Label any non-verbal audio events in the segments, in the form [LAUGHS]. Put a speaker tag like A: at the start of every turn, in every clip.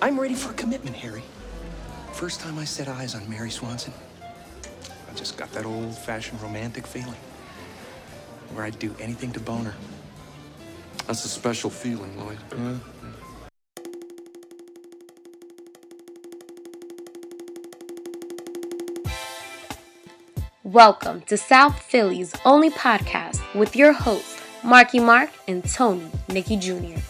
A: I'm ready for a commitment, Harry. First time I set eyes on Mary Swanson, I just got that old fashioned romantic feeling where I'd do anything to bone her.
B: That's a special feeling, Lloyd.
C: Welcome to South Philly's only podcast with your hosts, Marky Mark and Tony Nikki Jr.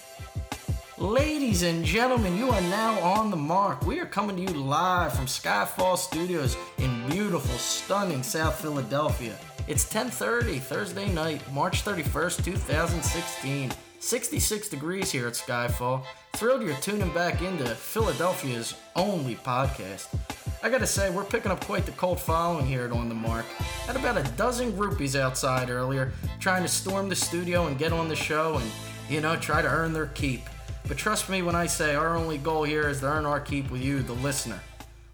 D: Ladies and gentlemen, you are now on the mark. We are coming to you live from Skyfall Studios in beautiful, stunning South Philadelphia. It's 10:30 Thursday night, March 31st, 2016. 66 degrees here at Skyfall. Thrilled you're tuning back into Philadelphia's only podcast. I gotta say, we're picking up quite the cold following here at On the Mark. Had about a dozen groupies outside earlier, trying to storm the studio and get on the show and, you know, try to earn their keep. But trust me when I say our only goal here is to earn our keep with you, the listener.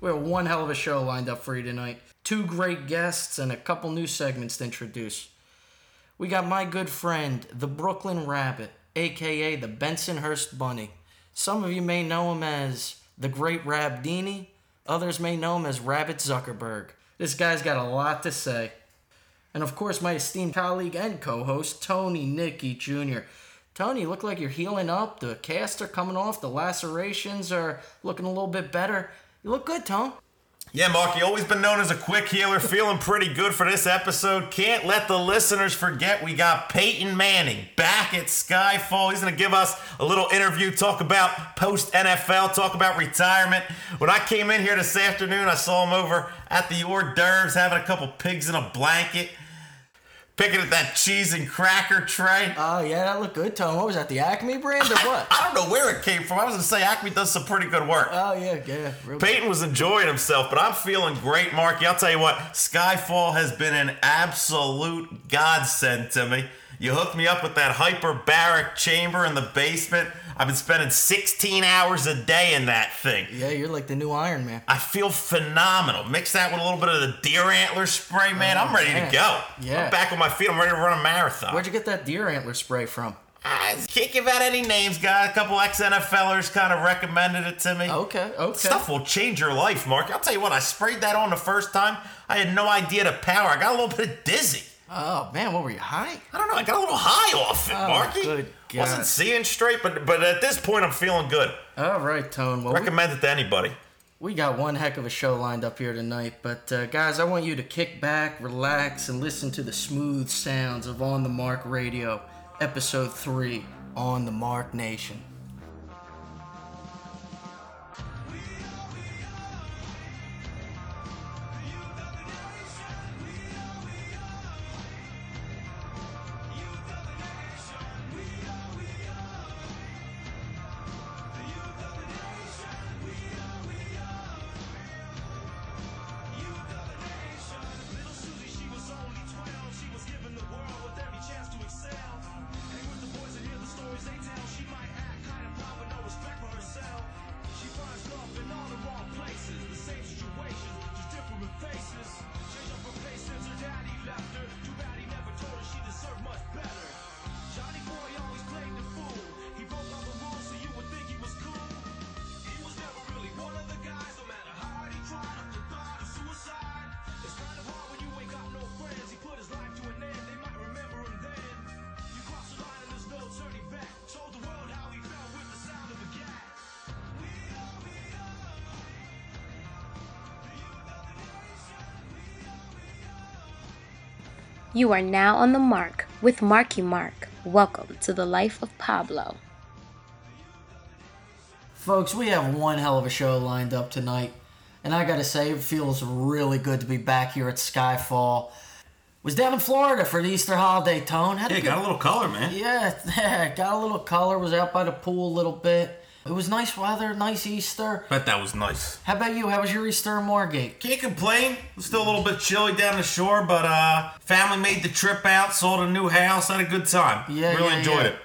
D: We have one hell of a show lined up for you tonight. Two great guests and a couple new segments to introduce. We got my good friend, the Brooklyn Rabbit, aka the Bensonhurst Bunny. Some of you may know him as the Great Rabdini, others may know him as Rabbit Zuckerberg. This guy's got a lot to say. And of course, my esteemed colleague and co host, Tony Nicky Jr. Tony, you look like you're healing up. The casts are coming off, the lacerations are looking a little bit better. You look good, Tone.
E: Yeah, Marky, always been known as a quick healer. Feeling pretty good for this episode. Can't let the listeners forget we got Peyton Manning back at Skyfall. He's going to give us a little interview, talk about post NFL, talk about retirement. When I came in here this afternoon, I saw him over at the hors d'oeuvres having a couple pigs in a blanket, picking at that cheese and cracker tray.
D: Oh, yeah, that looked good, Tone. What was that, the Acme brand or [LAUGHS] what?
E: I don't know where it came from. I was going to say Acme does some pretty good work.
D: oh, yeah, yeah. Real
E: Peyton was enjoying himself, but I'm feeling great, Marky. I'll tell you what, Skyfall has been an absolute godsend to me. You hooked me up with that hyperbaric chamber in the basement. I've been spending 16 hours a day in that thing.
D: Yeah, you're like the new Iron Man.
E: I feel phenomenal. Mix that with a little bit of the deer antler spray, man. I'm ready
D: Oh, man.
E: to go.
D: Yeah.
E: I'm back on my feet. I'm ready to run a marathon.
D: Where'd you get that deer antler spray from?
E: I can't give out any names, guys. A couple ex NFLers kind of recommended it to me.
D: Okay, okay.
E: Stuff will change your life, Mark. I'll tell you what, I sprayed that on the first time. I had no idea the power. I got a little bit dizzy.
D: Oh, man, what were you high?
E: I don't know. I got a little high off it,
D: Oh,
E: Marky.
D: good God.
E: Wasn't seeing straight, but but at this point, I'm feeling good.
D: All right, Tone. Well, we-
E: Recommend it to anybody.
D: We got one heck of a show lined up here tonight, but uh, guys, I want you to kick back, relax, and listen to the smooth sounds of On the Mark Radio, Episode 3 On the Mark Nation.
C: You are now on the mark with Marky Mark. Welcome to the life of Pablo.
D: Folks, we have one hell of a show lined up tonight, and I gotta say, it feels really good to be back here at Skyfall. Was down in Florida for the Easter holiday, Tone. Had a good-
E: a little color, man.
D: [LAUGHS] yeah, got a little color, was out by the pool a little bit. It was nice weather, nice Easter.
E: Bet that was nice.
D: How about you? How was your Easter in Margate?
E: Can't complain. It's still a little bit chilly down the shore, but uh, family made the trip out, sold a new house, had a good time.
D: Yeah,
E: really
D: yeah,
E: enjoyed
D: yeah.
E: it.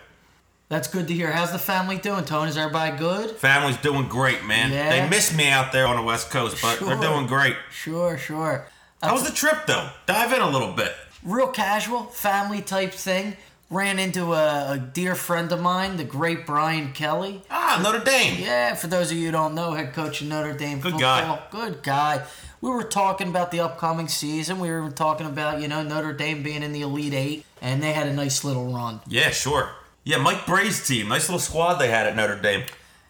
D: That's good to hear. How's the family doing, Tony? Is everybody good?
E: Family's doing great, man.
D: Yeah.
E: They miss me out there on the West Coast, but
D: Sure.
E: they're doing great.
D: Sure, sure.
E: How was the trip, though? Dive in a little bit.
D: Real casual, family type thing. ran into a, a dear friend of mine, the great Brian Kelly.
E: Ah, Notre Dame.
D: Yeah, for those of you who don't know, head coach of Notre Dame
E: Good guy.
D: football. Good guy. We were talking about the upcoming season. We were talking about, you know, Notre Dame being in the Elite Eight, and they had a nice little run.
E: Yeah, sure. Yeah, Mike Bray's team. Nice little squad they had at Notre Dame.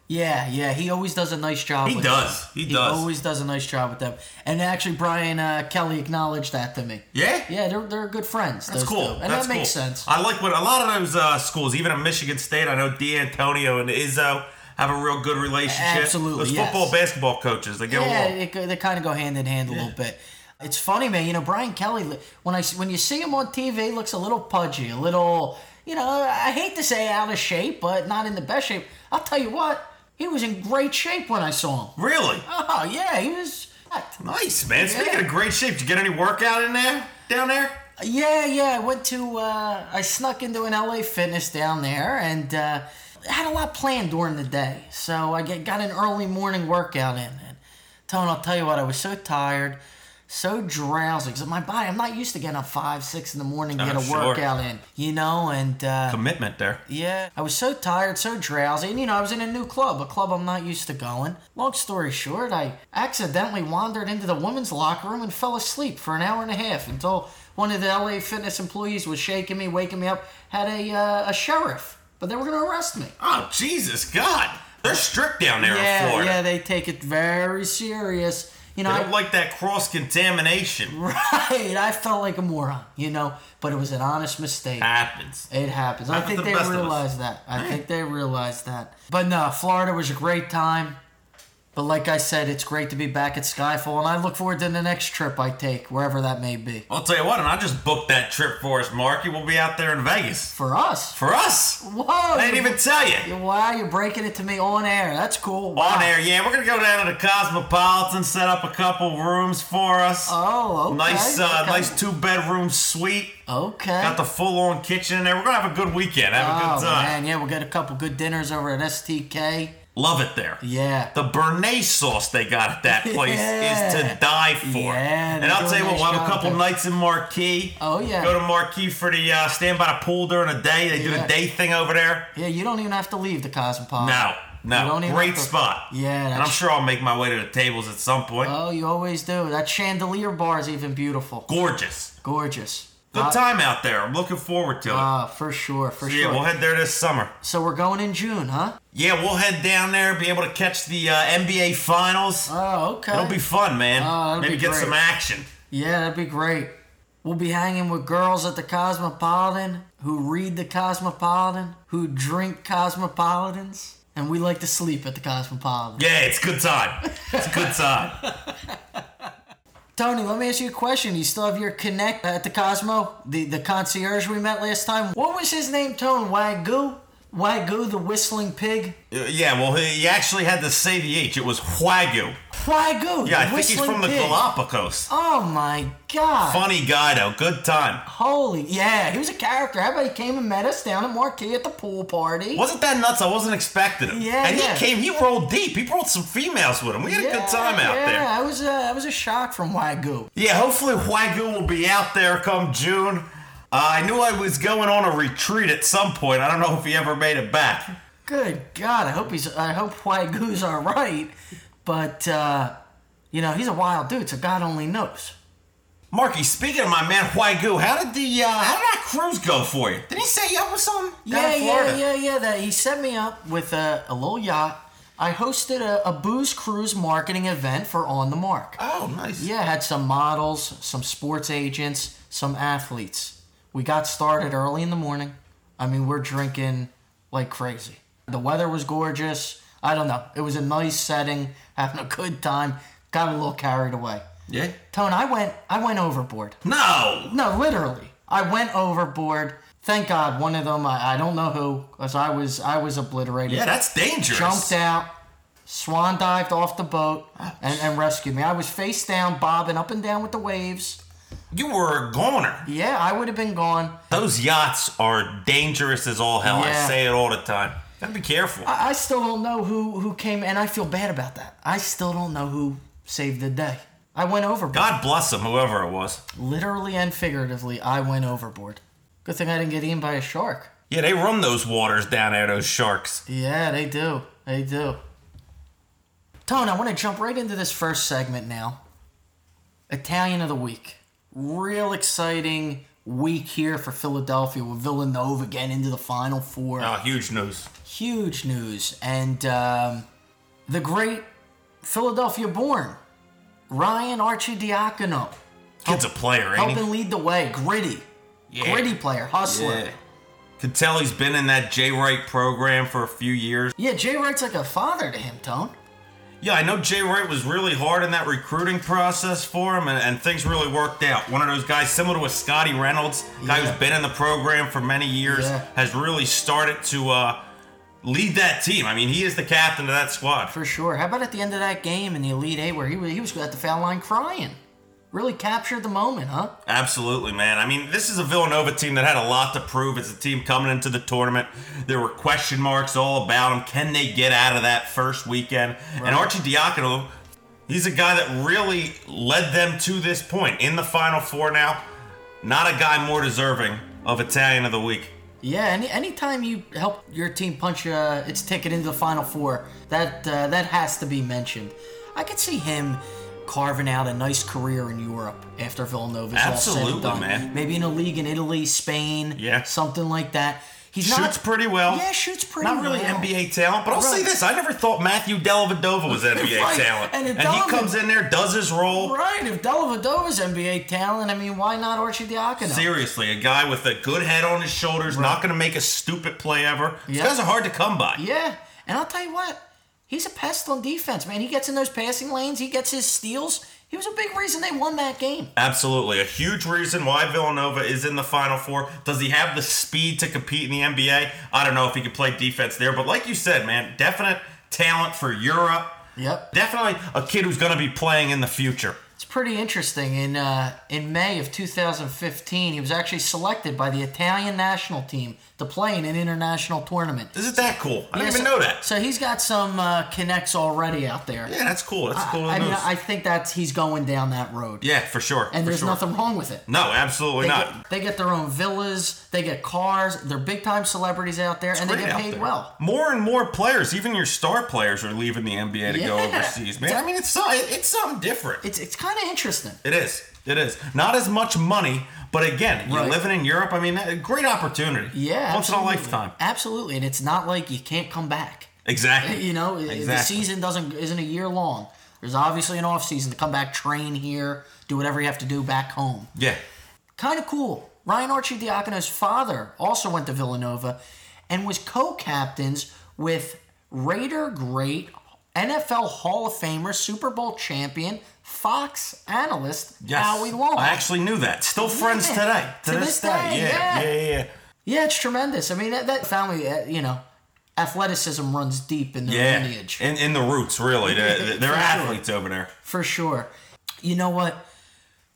D: Yeah, yeah, he always does a nice job.
E: He
D: with
E: does.
D: them.
E: He does.
D: always does a nice job with them. And actually, Brian uh, Kelly acknowledged that to me.
E: Yeah?
D: Yeah, they're, they're good friends.
E: That's
D: those
E: cool.
D: two. And
E: That's
D: that makes
E: cool.
D: sense.
E: I like what a lot of those uh, schools, even at Michigan State, I know D'Antonio and Izzo have a real good relationship.
D: Absolutely,
E: Those
D: yes.
E: football basketball coaches, they get
D: yeah,
E: along.
D: it, go- they kind of go hand in hand a little bit. It's funny, man. You know, Brian Kelly. li- When I s- when you see him on TV, he looks a little pudgy, a little. You know, I hate to say out of shape, but not in the best shape. I'll tell you what, he was in great shape when I saw him. [LAUGHS]
E: Really?
D: Oh yeah, he was.
E: Nice, man. Speaking of great shape, did you get any workout in there? Down there?
D: Yeah, yeah. I went to, uh, I snuck into an LA Fitness down there and uh, had a lot planned during the day. So I get, got an early morning workout in. And Tone, I'll tell you what, I was so tired, so drowsy. Because my body, I'm not used to getting up 5, 6 in the morning to
E: Oh,
D: get a
E: sure.
D: workout in, you know? And uh,
E: Commitment there.
D: yeah, I was so tired, so drowsy, and you know, I was in a new club, a club I'm not used to going. Long story short, I accidentally wandered into the women's locker room and fell asleep for an hour and a half until one of the LA Fitness employees was shaking me, waking me up, had a, uh, a sheriff, but they were going to arrest me.
E: Oh, Jesus, God. They're strict down there in
D: Yeah,
E: Florida.
D: yeah, they take it very serious. You know,
E: They
D: I,
E: don't like that cross contamination.
D: right, [LAUGHS] I felt like a moron, you know, but it was an honest mistake.
E: Happens.
D: It happens. I
E: Happens
D: think
E: to the
D: they
E: best of us.
D: realize that. I think they realize that. But no, Florida was a great time. But like I said, it's great to be back at Skyfall, and I look forward to the next trip I take, wherever that may be.
E: I'll tell you what, and I just booked that trip for us, Marky. We'll be out there in Vegas.
D: For us.
E: For us?
D: Whoa!
E: I didn't
D: you-
E: even tell you.
D: Wow, you're breaking it to me on air. That's cool. Wow.
E: On air, yeah, we're gonna go down to the Cosmopolitan, set up a couple rooms for us.
D: Oh, okay.
E: nice, uh,
D: okay.
E: nice two bedroom suite.
D: Okay.
E: Got the full on kitchen in there. We're gonna have a good weekend. Have a
D: oh,
E: good time.
D: man. Yeah, we'll get a couple good dinners over at STK.
E: Love it there.
D: Yeah.
E: The Bernays sauce they got
D: [LAUGHS]
E: at that place
D: Yeah.
E: is to die for.
D: Yeah, they
E: and I'll
D: do a
E: tell you what,
D: nice
E: we'll have a
D: job
E: couple
D: there.
E: nights in Marquee.
D: Oh, yeah.
E: Go to Marquee for the uh, stand by the pool during the day. They do
D: Yeah.
E: the day thing over there.
D: yeah, you don't even have to leave the Cosmopolitan.
E: No,
D: Uh, You
E: no,
D: don't even
E: great
D: have to-
E: spot.
D: Yeah,
E: and I'm
D: that's-
E: sure I'll make my way to the tables at some point.
D: Oh, you always do. That chandelier bar is even beautiful.
E: Gorgeous,
D: Gorgeous.
E: good time out there. I'm looking forward to it.
D: Ah, for sure, uh, for
E: yeah,
D: sure.
E: we'll head there this summer.
D: so we're going in June, huh?
E: Yeah, we'll head down there, be able to catch the uh, NBA finals.
D: Oh, okay.
E: It'll be fun, man.
D: Oh, that'll
E: Maybe
D: be
E: get
D: great.
E: some action.
D: yeah, that'd be great. We'll be hanging with girls at the Cosmopolitan who read the Cosmopolitan, who drink Cosmopolitans, and we like to sleep at the Cosmopolitan.
E: Yeah, it's good time. It's a
D: [LAUGHS]
E: good time.
D: Tony, let me ask you a question. You still have your connect at the Cosmo, the, the concierge we met last time. What was his name, Tone? Wagyu? Wagyu, the whistling pig?
E: Uh, yeah, well, he he actually had to say the H. It was Wagyu.
D: Wagyu,
E: Yeah, I
D: the
E: think he's
D: whistling
E: from the
D: pig. Ah.
E: Galapagos.
D: Oh my god.
E: Funny guy, though. Good time.
D: Holy, yeah, he was a character. How about he came and met us down at Marquee at the pool party?
E: Wasn't that nuts? I wasn't expecting him.
D: Yeah,
E: and
D: yeah.
E: he came. He rolled deep. He brought some females with him. We had a good time out
D: yeah,
E: there.
D: I was, uh, I was a shock from Wagyu.
E: Yeah, hopefully Wagyu will be out there come June. Uh, I knew I was going on a retreat at some point. I don't know if he ever made it back.
D: Good God, I hope he's, I hope Wagyu's all right, but uh, you know he's a wild dude, so God only knows.
E: Marky, speaking of my man Wagyu, how did the uh, how did that cruise go for you? Did he set you up with something? down
D: yeah,
E: in Florida?
D: yeah, yeah, yeah. That he set me up with a, a little yacht. I hosted a, a booze cruise marketing event for On the Mark.
E: Oh, nice.
D: Yeah, had some models, some sports agents, some athletes. We got started early in the morning. I mean, we're drinking like crazy. The weather was gorgeous. I don't know. It was a nice setting, having a good time. Got a little carried away.
E: Yeah.
D: Tone, I went I went overboard.
E: No.
D: No, literally. I went overboard. Thank God one of them, I, I don't know who, because I was I was obliterated
E: Yeah, that's dangerous.
D: jumped out, swan dived off the boat, and, and rescued me. I was face down, bobbing up and down with the waves.
E: You were a goner.
D: Yeah, I would have been gone.
E: Those yachts are dangerous as all hell. I
D: Yeah.
E: say it all the time. Gotta be careful.
D: I, I still don't know who who came, and I feel bad about that. I still don't know who saved the day. I went overboard,
E: God bless him, whoever it was.
D: literally and figuratively. I went overboard. Good thing I didn't get eaten by a shark.
E: Yeah, they run those waters down there, those sharks.
D: Yeah, they do. They do. Tone, I want to jump right into this first segment now. Italian of the week. Real exciting week here for Philadelphia with Villanova getting into the Final Four.
E: Oh, huge news.
D: Huge news. And um, the great Philadelphia born Ryan Archie Diacono
E: Kid's a player, ain't he?
D: helping lead the way. Gritty. Gritty player, hustler.
E: Yeah. Could tell he's been in that Jay Wright program for a few years.
D: Yeah, Jay Wright's like a father to him, Tone.
E: Yeah, I know Jay Wright was really hard in that recruiting process for him, and, and things really worked out. One of those guys, similar to a Scotty Reynolds, guy
D: Yeah.
E: who's been in the program for many years,
D: Yeah.
E: has really started to uh, lead that team. I mean, he is the captain of that squad.
D: For sure. How about at the end of that game in the Elite Eight where he was, he was at the foul line crying? Really captured the moment, huh?
E: Absolutely, man. I mean, this is a Villanova team that had a lot to prove. It's a team coming into the tournament. There were question marks all about them. Can they get out of that first weekend? And Archie Diacono, he's a guy that really led them to this point in the Final Four now. Not a guy more deserving of Italian of the Week.
D: Yeah, any anytime you help your team punch uh, its ticket into the Final Four, that uh, that has to be mentioned. I could see him carving out a nice career in Europe after Villanova's all said
E: Absolutely,
D: and done.
E: man.
D: Maybe in a league in Italy, Spain,
E: Yeah.
D: something like that. He's
E: Shoots
D: not,
E: pretty well.
D: Yeah, shoots pretty.
E: Not really
D: well.
E: NBA talent, but I'll say
D: Right.
E: this: I never thought Matthew Dellavedova was
D: [LAUGHS]
E: NBA
D: Right,
E: talent,
D: and
E: and,
D: it
E: he
D: dominated.
E: comes in there, does his role.
D: Right, if Dellavedova's NBA talent, I mean, why not Archie Diacono?
E: Seriously, a guy with a good head on his shoulders, not going to make a stupid play ever. These
D: Yeah.
E: guys are hard to come by.
D: Yeah, and I'll tell you what, he's a pest on defense, man. He gets in those passing lanes, he gets his steals. He was a big reason they won that game.
E: Absolutely. A huge reason why Villanova is in the Final Four. Does he have the speed to compete in the NBA? I don't know if he could play defense there, but like you said, man, definite talent for Europe.
D: Yep.
E: Definitely a kid who's going to be playing in the future.
D: It's pretty interesting. In uh, in May of 2015, he was actually selected by the Italian national team to play in an international tournament.
E: Isn't that cool? I didn't
D: Yeah,
E: even
D: so-
E: know that.
D: So he's got some uh, connects already out there.
E: Yeah, that's cool. That's cool
D: I, I
E: news.
D: mean, I think that's he's going down that road.
E: yeah, for sure.
D: and
E: for
D: there's
E: sure.
D: nothing wrong with it.
E: No, absolutely
D: They
E: not.
D: get, they get their own villas, they get cars, they're big time celebrities out there, and they
E: great
D: get
E: out
D: paid
E: there.
D: well.
E: More and more players, even your star players, are leaving the NBA to go
D: Yeah.
E: overseas, man. I mean, it's so- it's something different.
D: It's it's kind of interesting.
E: It is. It is not as much money, but again, you're
D: Right.
E: living in Europe. I mean, that- a great opportunity.
D: Yeah,
E: once
D: absolutely.
E: in a lifetime.
D: Absolutely, and it's not like you can't come back.
E: Exactly.
D: [LAUGHS] You know, i- the
E: Exactly.
D: season doesn't isn't a year long. There's obviously an off season to come back, train here, do whatever you have to do back home.
E: Yeah.
D: Kind of cool. Ryan Archie Diacono's father also went to Villanova, and was co-captains with Raider great NFL Hall of Famer, Super Bowl champion, Fox analyst
E: Yes.
D: Howie Long.
E: I actually knew that. Still friends
D: Yeah.
E: today. To,
D: To this day, yeah.
E: Yeah. Yeah. Yeah. yeah.
D: Yeah, it's tremendous. I mean, that, that family, uh, you know, athleticism runs deep in their
E: Yeah,
D: lineage.
E: in, in the
D: [LAUGHS]
E: roots, really. They're, they're
D: For sure.
E: athletes over there.
D: for sure. You know what?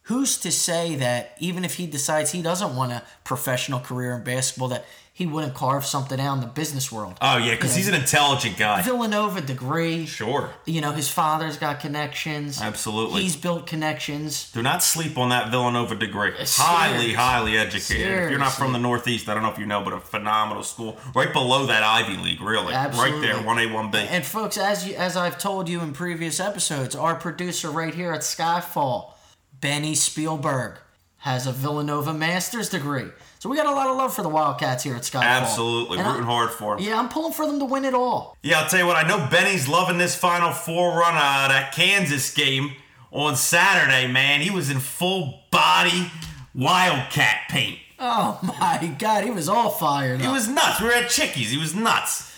D: Who's to say that even if he decides he doesn't want a professional career in basketball, that he wouldn't carve something out in the business world?
E: Oh yeah, because he's an intelligent guy.
D: Villanova degree.
E: Sure.
D: You know, his father's got connections.
E: Absolutely.
D: He's built connections.
E: Do not sleep on that Villanova degree.
D: Uh,
E: Highly, highly educated. If you're not from
D: Seriously.
E: the Northeast, I don't know if you know, but a phenomenal school. Right below that Ivy League, really.
D: Absolutely.
E: Right there, 1A, 1B.
D: And folks, as you, as I've told you in previous episodes, our producer right here at Skyfall, Benny Spielberg, has a Villanova master's degree. So we got a lot of love for the Wildcats here at Skyfall.
E: Absolutely.
D: And I-
E: Rooting hard for him. Yeah.
D: Yeah, I'm pulling for them to win it all.
E: I'll tell you what, I know Benny's loving this Final Four run out that Kansas game on Saturday, man. He was in full body Wildcat paint.
D: Oh [LAUGHS] my God, he was all fired.
E: He
D: up.
E: was nuts. We were at Chickies. He was nuts.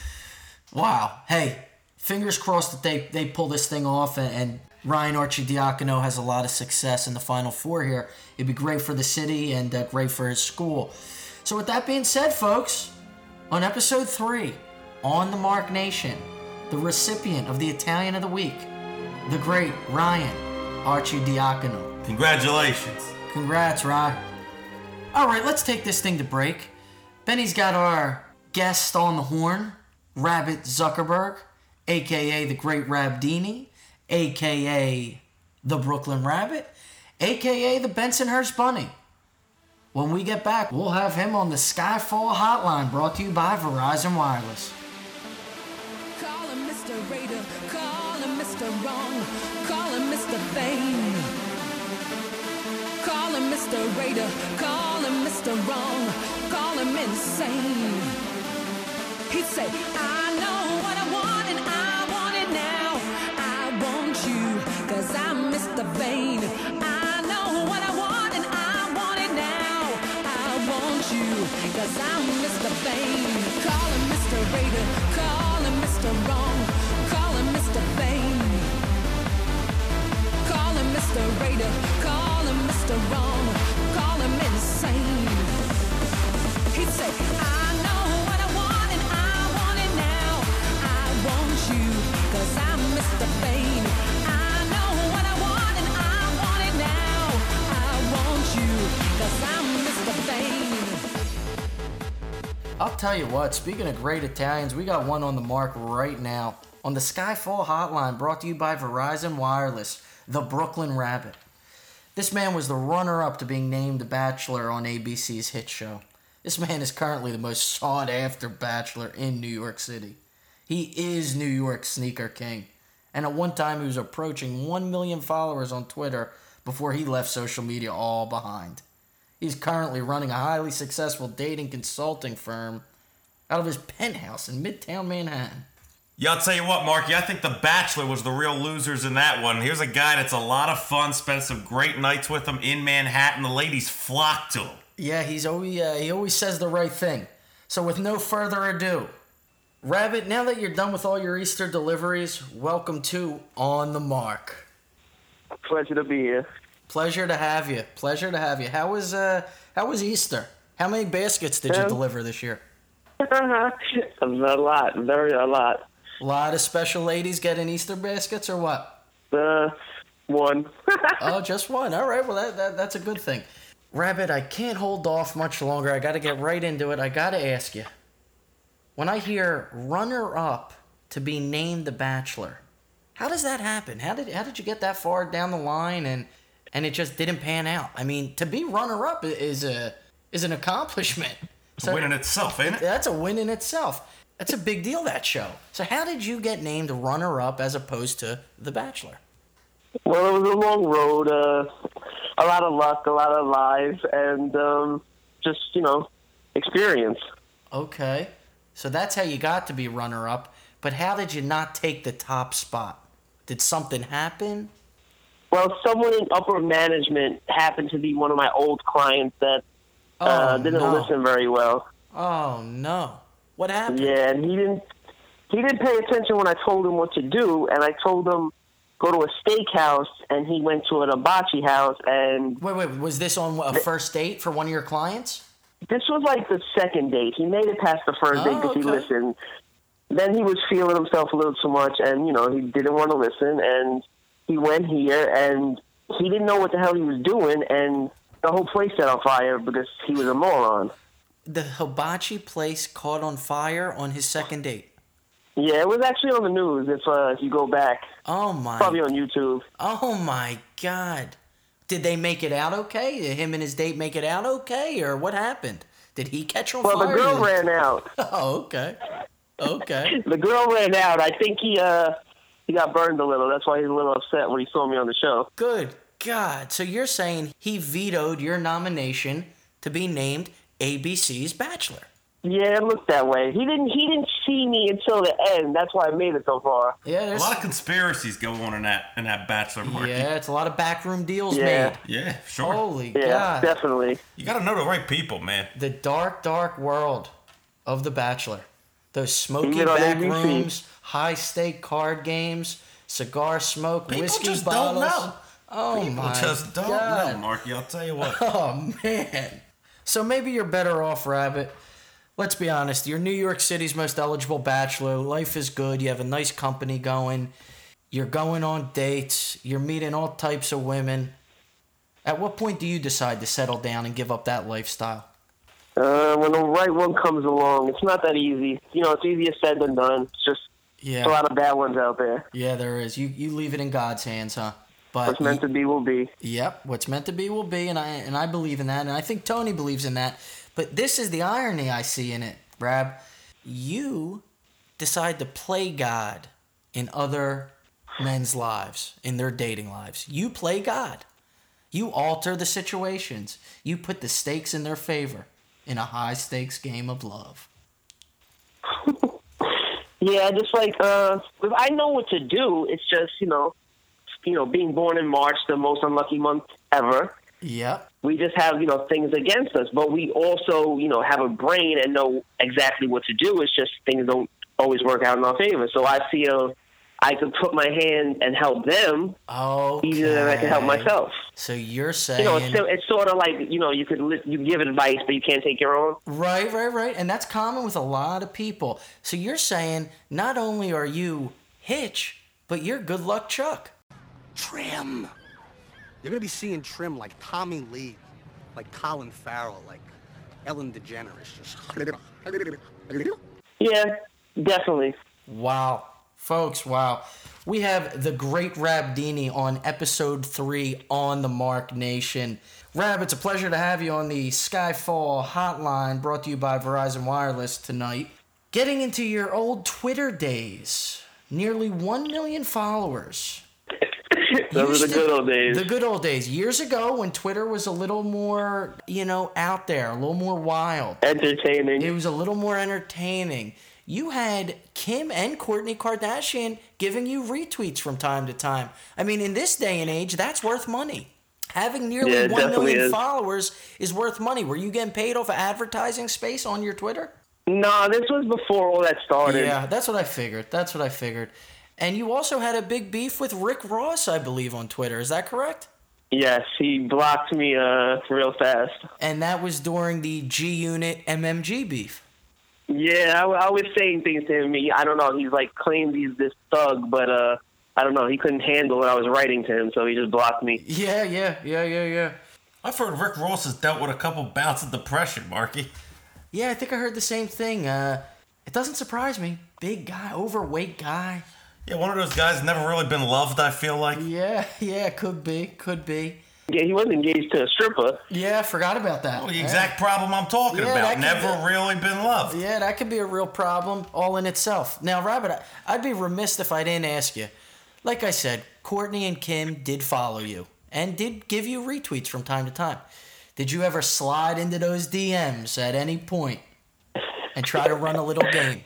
D: wow. Hey, fingers crossed that they they pull this thing off and. and Ryan Archie Diacono has a lot of success in the Final Four here. It'd be great for the city and uh, great for his school. So, with that being said, folks, on episode three, on the Mark Nation, the recipient of the Italian of the Week, the great Ryan Archie Diacono.
E: Congratulations.
D: Congrats, Rock. All right, let's take this thing to break. Benny's got our guest on the horn, Rabbit Zuckerberg, aka the Great Rabdini, aka the Brooklyn Rabbit, aka the Bensonhurst Bunny. When we get back, we'll have him on the Skyfall Hotline brought to you by Verizon Wireless.
F: Call him Mr. Raider. Call him Mr. Wrong. Call him Mr. Fame. Call him Mr. Raider. Call him Mr. Wrong. Call him insane. He'd say, I know what I want and I want it now. I want you, cause I'm Mr. Vain. I know what I want and I want it now. I want you, cause I'm Mr. Vain. Call him Mr. Raider. Call him Mr. Wrong. Call him Mr. Vain. Call him Mr. Raider. Call him Mr. Wrong. Call him insane. He'd say, I know what I want and I want it now. I want you, cause I'm Mr. Fame. I know what I want and I want it now. I want you, cause I'm Mr. Fame.
D: I'll tell you what, speaking of great Italians, we got one on the mark right now on the Skyfall Hotline brought to you by Verizon Wireless, the Brooklyn Rabbit. This man was the runner up to being named the Bachelor on ABC's hit show. This man is currently the most sought after Bachelor in New York City. He is New York's sneaker king. And at one time, he was approaching 1 million followers on Twitter before he left social media all behind. He's currently running a highly successful dating consulting firm out of his penthouse in Midtown Manhattan.
E: Yeah, I'll tell you what, Marky, I think The Bachelor was the real losers in that one. Here's a guy that's a lot of fun, spent some great nights with him in Manhattan. The ladies flock to him.
D: Yeah, he's always uh, he always says the right thing. So with no further ado, Rabbit, now that you're done with all your Easter deliveries, welcome to On the Mark.
G: Pleasure to
D: [LAUGHS]
G: be here.
D: Pleasure to have you. Pleasure to have you. How was uh how was Easter? How many baskets did you
G: Um,
D: deliver this year? Uh-huh.
G: a lot, very a lot.
D: A lot of special ladies getting Easter baskets or what?
G: Uh, one. [LAUGHS]
D: Oh, just one. All right. Well, that, that that's a good thing. Rabbit, I can't hold off much longer. I got to get right into it. I got to ask you. When I hear runner up to be named the bachelor, how does that happen? How did how did you get that far down the line and and it just didn't pan out? I mean, to be runner up is a is an accomplishment.
E: It's a win in itself, ain't it?
D: That's a win in itself. That's a big deal that show. So how did you get named runner up as opposed to the bachelor?
G: well, it was a long road. Uh, a lot of luck, a lot of lies, and um, just you know, experience.
D: Okay. So that's how you got to be runner up, but how did you not take the top spot? Did something happen?
G: Well, someone in upper management happened to be one of my old clients that uh,
D: Oh,
G: didn't
D: no.
G: listen very well.
D: Oh no. What happened?
G: Yeah, and he didn't. He didn't pay attention when I told him what to do, and I told him go to a steakhouse, and he went to an hibachi house, and
D: Wait, wait, was this on a first date for one of your clients?
G: This was like the second date. He made it past the first
D: Oh,
G: date because he
D: okay.
G: listened. Then he was feeling himself a little too much, and you know he didn't want to listen. And he went here, and he didn't know what the hell he was doing, and the whole place set on fire because he was a moron.
D: The hibachi place caught on fire on his second date.
G: Yeah, it was actually on the news. If uh, if you go back,
D: Oh my.
G: probably on YouTube.
D: Oh my god. Did they make it out okay? Did him and his date make it out okay or what happened? Did he catch on
G: Well,
D: fire?
G: the girl
D: Did-
G: ran out.
D: [LAUGHS] Oh, okay. Okay.
G: The girl ran out. I think he uh he got burned a little. That's why he's a little upset when he saw me on the show.
D: Good God. So you're saying he vetoed your nomination to be named ABC's Bachelor.
G: Yeah, it looked that way. He didn't. He didn't see me until the end. That's why I made it so far.
D: Yeah,
E: A
D: there's [LAUGHS]
E: lot of conspiracies go on in that in that Bachelor market.
D: Yeah, Oh. it's a lot of backroom deals
G: Yeah.
D: made.
E: Yeah, sure.
D: Holy
G: Yeah,
D: God.
G: definitely.
E: You got to know the right people, man.
D: The dark, dark world of The Bachelor. Those smoky
G: Even on
D: back
G: ABC.
D: rooms, high stake card games, cigar smoke,
E: People
D: whiskey
E: just don't
D: bottles.
E: know.
D: Oh
E: People
D: my
E: just don't
D: God.
E: know, Marky. I'll tell you what.
D: [LAUGHS] Oh man. So maybe you're better off, Rabbit. Let's be honest, you're New York City's most eligible bachelor. Life is good. You have a nice company going. You're going on dates. You're meeting all types of women. At what point do you decide to settle down and give up that lifestyle?
G: Uh, when the right one comes along, it's not that easy. You know, it's easier said than done. It's just a
D: Yeah.
G: lot of bad ones out there.
D: Yeah, there is. You you leave it in God's hands, huh? But
G: What's meant to be will be.
D: Yep, what's meant to be will be, and I and I believe in that, and I think Tony believes in that. But this is the irony I see in it, Rab. You decide to play God in other men's lives, in their dating lives. You play God. You alter the situations. You put the stakes in their favor in a high stakes game of love.
G: Yeah, just like uh, if I know what to do. It's just you know, you know, being born in March, the most unlucky month ever.
D: Yep.
G: We just have you know things against us, but we also you know have a brain and know exactly what to do. It's just things don't always work out in our favor. So I feel I could put my hand and help them
D: Oh.
G: easier than I can help myself.
D: So you're saying
G: You know, it's, it's sort of like you know you could li- you give advice, but you can't take your own.
D: Right, right, right. And that's common with a lot of people. So you're saying not only are you Hitch, but you're good luck Chuck.
H: Trim. You're gonna be seeing Trim like Tommy Lee, like Colin Farrell, like Ellen DeGeneres. Just
G: Yeah, definitely. [LAUGHS]
D: Wow. Folks, wow. We have the great Rabdini on episode three on the Mark Nation. Rab, it's a pleasure to have you on the Skyfall hotline brought to you by Verizon Wireless tonight. Getting into your old Twitter days, nearly 1 million followers.
G: Those are the
D: Used to-
G: good old days.
D: The good old days. Years ago when Twitter was a little more, you know, out there, a little more wild.
G: Entertaining.
D: It was a little more entertaining. You had Kim and Courtney Kardashian giving you retweets from time to time. I mean, in this day and age, that's worth money. Having nearly
G: Yeah, it
D: 1
G: definitely
D: million
G: is.
D: followers is worth money. Were you getting paid off of advertising space on your Twitter?
G: No, this was before all that started.
D: Yeah, that's what I figured. That's what I figured. And you also had a big beef with Rick Ross, I believe, on Twitter. Is that correct?
G: Yes, he blocked me uh real fast.
D: and that was during the G Unit MMG beef.
G: Yeah, I, w- I was saying things to him. He, I don't know. He's like claimed he's this thug, but uh I don't know. He couldn't handle what I was writing to him, so he just blocked me.
D: Yeah, yeah, yeah, yeah, yeah.
E: I've heard Rick Ross has dealt with a couple bouts of depression, Marky.
D: Yeah, I think I heard the same thing. Uh, it doesn't surprise me. Big guy, overweight guy.
E: Yeah, one of those guys never really been loved, I feel like.
D: Yeah, [LAUGHS] yeah, could be, could be.
G: Yeah, he was engaged to a stripper.
D: Yeah, forgot about that.
E: The exact problem I'm talking
D: Yeah, that
E: about.
D: could
E: Never
D: be-
E: really been loved.
D: Yeah, that could be a real problem all in itself. Now, Robert, I- I'd be remiss if I didn't ask you. Like I said, Courtney and Kim did follow you and did give you retweets from time to time. Did you ever slide into those DMs at any point and try to run a little game?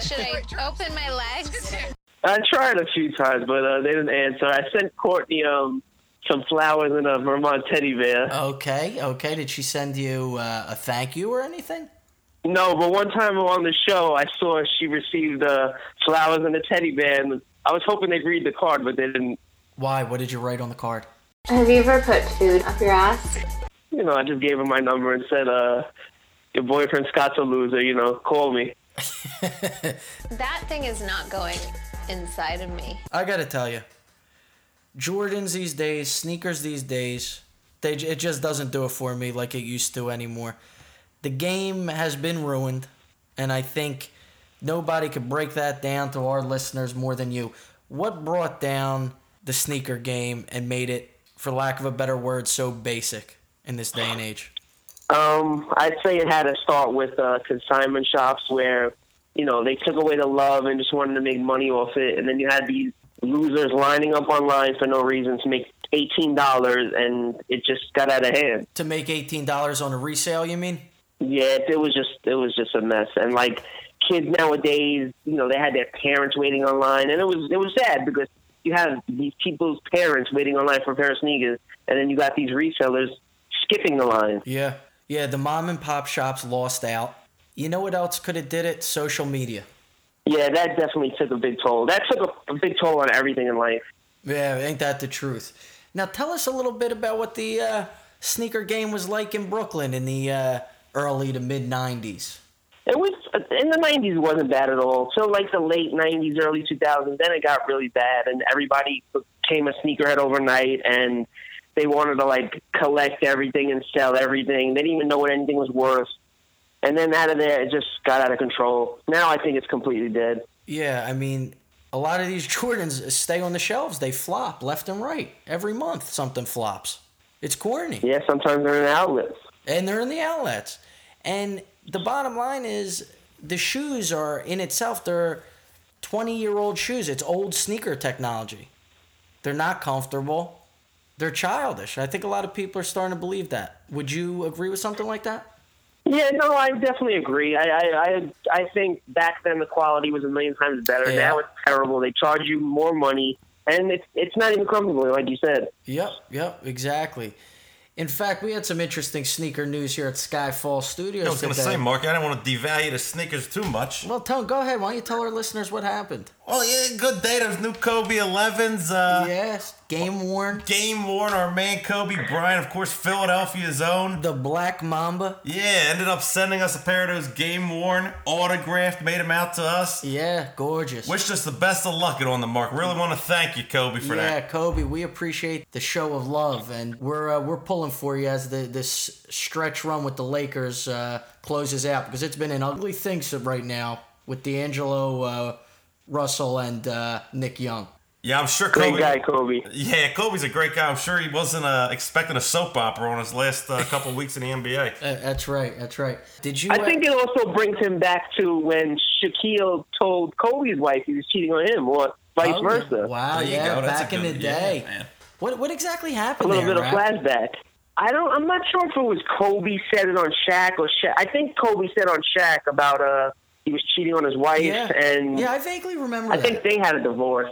I: Should I open my legs?
G: I tried a few times, but uh, they didn't answer. I sent Courtney um some flowers and a Vermont teddy bear.
D: Okay, okay. Did she send you uh, a thank you or anything?
G: No, but one time on the show, I saw she received uh, flowers and a teddy bear. And I was hoping they'd read the card, but they didn't.
D: Why? What did you write on the card?
C: Have you ever put food up your ass?
G: you know, I just gave him my number and said, uh, your boyfriend Scott's a loser, you know, call me.
I: That thing is not going inside of me.
D: I gotta tell you, Jordans these days, sneakers these days, they j- it just doesn't do it for me like it used to anymore. The game has been ruined, and I think nobody could break that down to our listeners more than you. What brought down the sneaker game and made it, for lack of a better word, so basic in this day and age?
G: Um, I'd say it had to start with uh, consignment shops where, you know, they took away the love and just wanted to make money off it. And then you had these losers lining up online for no reason to make $18, and it just got out of hand.
D: To make eighteen dollars on a resale, you mean?
G: Yeah, it was just it was just a mess, and like kids nowadays, you know, they had their parents waiting online, and it was it was sad because you have these people's parents waiting online for a pair of sneakers, and then you got these resellers skipping the line.
D: Yeah. Yeah, the mom and pop shops lost out. You know what else could have did it? Social media.
G: Yeah, that definitely took a big toll. That took a, a big toll on everything in life.
D: Yeah, ain't that the truth? Now tell us a little bit about what the uh, sneaker game was like in Brooklyn in the uh, early to mid '90s.
G: It was in the '90s it wasn't bad at all. Till like the late '90s, early 2000s, then it got really bad, and everybody became a sneakerhead overnight, and they wanted to like collect everything and sell everything. They didn't even know what anything was worth. And then out of there, it just got out of control. Now I think it's completely dead.
D: Yeah, I mean, a lot of these [LAUGHS] Jordans stay on the shelves. They flop left and right. Every month something flops. It's corny.
G: Yeah, sometimes they're in outlets.
D: and they're in the outlets. And the bottom line is the shoes are in itself they're 20 year old shoes. It's old sneaker technology. They're not comfortable. They're childish. I think a lot of people are starting to believe that. Would you agree with something like that?
G: Yeah, no, I definitely agree. I, I, I, I think back then the quality was a million times better.
D: Yeah.
G: Now it's terrible. They charge you more money, and it's it's not even comfortable, like you said.
D: Yep, yep, exactly. In fact, we had some interesting sneaker news here at Skyfall Studios.
E: I was going to
D: today.
E: say, Mark, I don't want to devalue the sneakers too much.
D: Well, tell go ahead. Why don't you tell our listeners what happened?
E: Well, yeah, good day. Those new Kobe 11s. Uh,
D: yes, game worn,
E: Game worn, our man Kobe Bryant, of course, Philadelphia's own.
D: the Black Mamba.
E: Yeah, ended up sending us a pair of those game worn, autographed, made them out to us.
D: Yeah, gorgeous.
E: Wished us the best of luck at On the Mark. Really want to thank you, Kobe, for
D: yeah,
E: that.
D: Kobe, we appreciate the show of love, and we're uh, we're pulling for you as the this stretch run with the Lakers uh, closes out because it's been an ugly thing so- right now with D'Angelo uh, Russell and uh, Nick Young.
E: Yeah, I'm sure
G: Great
E: Kobe.
G: guy, Kobe.
E: Yeah, Kobe's a great guy. I'm sure he wasn't uh, expecting a soap opera on his last uh, couple weeks in the
D: Uh,
E: NBA.
D: that's right. That's right. Did you?
G: I
D: uh,
G: think it also brings him back to when Shaquille told Kobe's wife he was cheating on him, or vice
D: Oh,
G: versa.
D: Wow.
E: There you
D: Yeah.
E: go, that's
D: Back
E: a
D: in the
E: good- yeah,
D: day.
E: man.
D: what what exactly happened?
G: A
D: there,
G: little bit of
D: Rap?
G: flashback. I don't. I'm not sure if it was Kobe said it on Shaq or Shaq. I think Kobe said on Shaq about uh he was cheating on his wife,
D: Yeah.
G: and
D: yeah, I vaguely remember.
G: I
D: that.
G: think they had a divorce.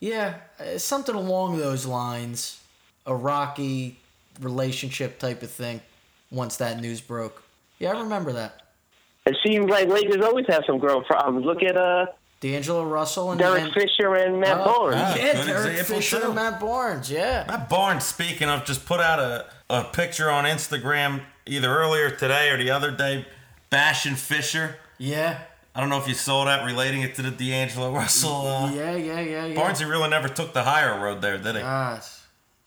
D: Yeah, uh, something along those lines. A rocky relationship type of thing once that news broke. Yeah, I remember that.
G: It seems like Lakers always have some girl problems. Look at uh
D: D'Angelo Russell and
G: Derek
D: and-
G: Fisher and Matt Barnes.
E: ah.
D: Oh, Yeah,
E: Good
D: Derek
E: example,
D: Fisher
E: too.
D: and Matt Barnes, yeah.
E: Matt Barnes, speaking of, just put out a, a picture on Instagram either earlier today or the other day, bashing Fisher.
D: Yeah.
E: I don't know if you saw that, relating it to the D'Angelo Russell. Uh,
D: Yeah, yeah, yeah, yeah.
E: Barnes, he really never took the higher road there, did he?
D: Gosh.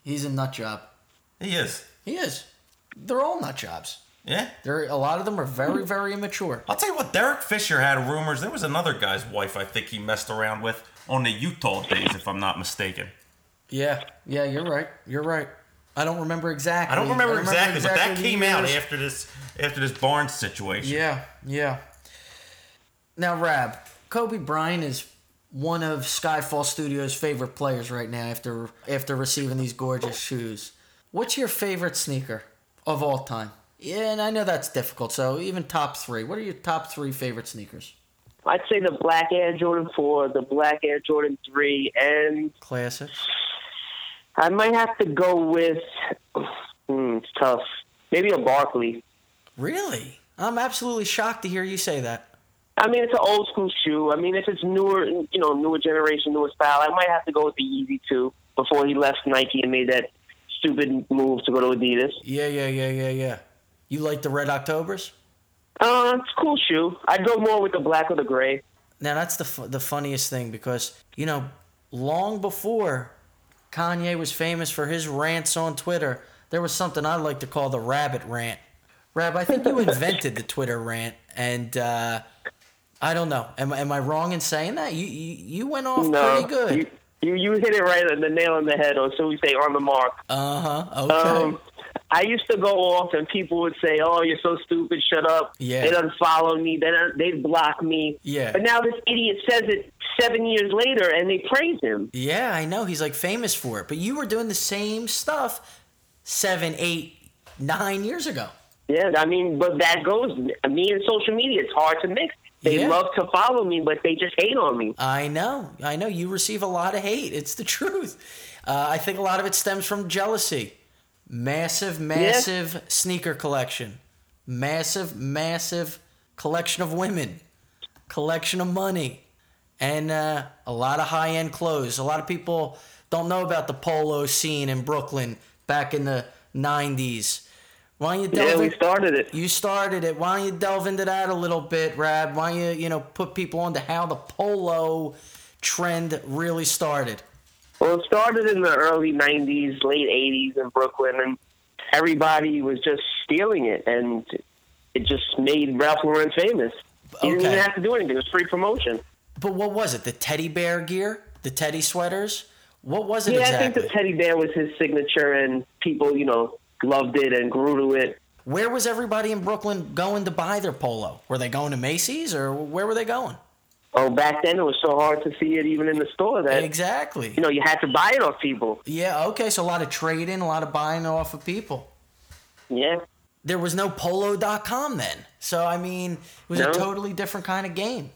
D: He's a nut job.
E: he is.
D: He is. They're all nut jobs.
E: Yeah.
D: They're a lot of them are
E: Hmm.
D: very, very immature.
E: I'll tell you what, Derek Fisher had rumors. There was another guy's wife I think he messed around with on the Utah days, if I'm not mistaken.
D: Yeah. Yeah, you're right. You're right. I don't remember exactly.
E: I don't remember, exactly, but that
D: the
E: came out
D: years.
E: after this after this Barnes situation.
D: Yeah, yeah. Now, Rab, Kobe Bryant is one of Skyfall Studios' favorite players right now. After after receiving these gorgeous shoes, what's your favorite sneaker of all time? Yeah, and I know that's difficult. So even top three. What are your top three favorite sneakers?
G: I'd say the Black Air Jordan Four, the Black Air Jordan Three, and
D: Classic.
G: I might have to go with. Hmm, it's tough. Maybe a Barkley.
D: Really? I'm absolutely shocked to hear you say that.
G: I mean, it's an old school shoe. I mean, if it's newer, you know, newer generation, newer style, I might have to go with the Yeezy Two before he left Nike and made that stupid move to go to Adidas.
D: Yeah, yeah, yeah, yeah, yeah. You like the Red Octobers?
G: Uh, it's a cool shoe. I'd go more with the black or the gray.
D: Now that's the fu- the funniest thing because you know long before Kanye was famous for his rants on Twitter, there was something I like to call the rabbit rant. Rab, I think you invented the Twitter rant, and uh, I don't know. Am, am I wrong in saying that? You you, you went off
G: No,
D: pretty good.
G: You, you you hit it right on the nail on the head, or so we say, on the mark.
D: Uh huh. Okay.
G: Um, I used to go off and people would say, "Oh, you're so stupid! Shut up!"
D: Yeah.
G: They'd unfollow me. Then uh, they'd block me.
D: Yeah.
G: But now this idiot says it seven years later, and they praise him.
D: yeah, I know he's like famous for it, but you were doing the same stuff seven, eight, nine years ago.
G: Yeah. I mean, but that goes. Me and social media, it's hard to mix. They
D: Yeah.
G: love to follow me, but they just hate on me.
D: I know, I know. You receive a lot of hate. It's the truth. Uh, I think a lot of it stems from jealousy. Massive, massive sneaker collection. Massive, massive collection of women. Collection of money. And uh, a lot of high end clothes. A lot of people don't know about the polo scene in Brooklyn back in the 90s. Why don't you delve
G: Yeah, we
D: in-
G: started it.
D: you started it. Why don't you delve into that a little bit, Rab? Why don't you, you know, put people onto how the polo trend really started?
G: Well, it started in the early '90s, late '80s in Brooklyn, and everybody was just stealing it, and it just made Ralph Lauren famous. He didn't
D: Okay.
G: even have to do anything; it was free promotion.
D: But what was it? The teddy bear gear? The teddy sweaters? What was it
G: Yeah, I think
D: exactly?
G: the teddy bear was his signature, and people, you know, loved it and grew to it.
D: where was everybody in Brooklyn going to buy their polo? Were they going to Macy's or where were they going?
G: Oh, back then it was so hard to see it even in the store that
D: Exactly.
G: you know you had to buy it off people.
D: Yeah, okay, so a lot of trading, a lot of buying off of people.
G: Yeah.
D: There was no polo.com then. So, I mean, it was
G: No.
D: a totally different kind of game.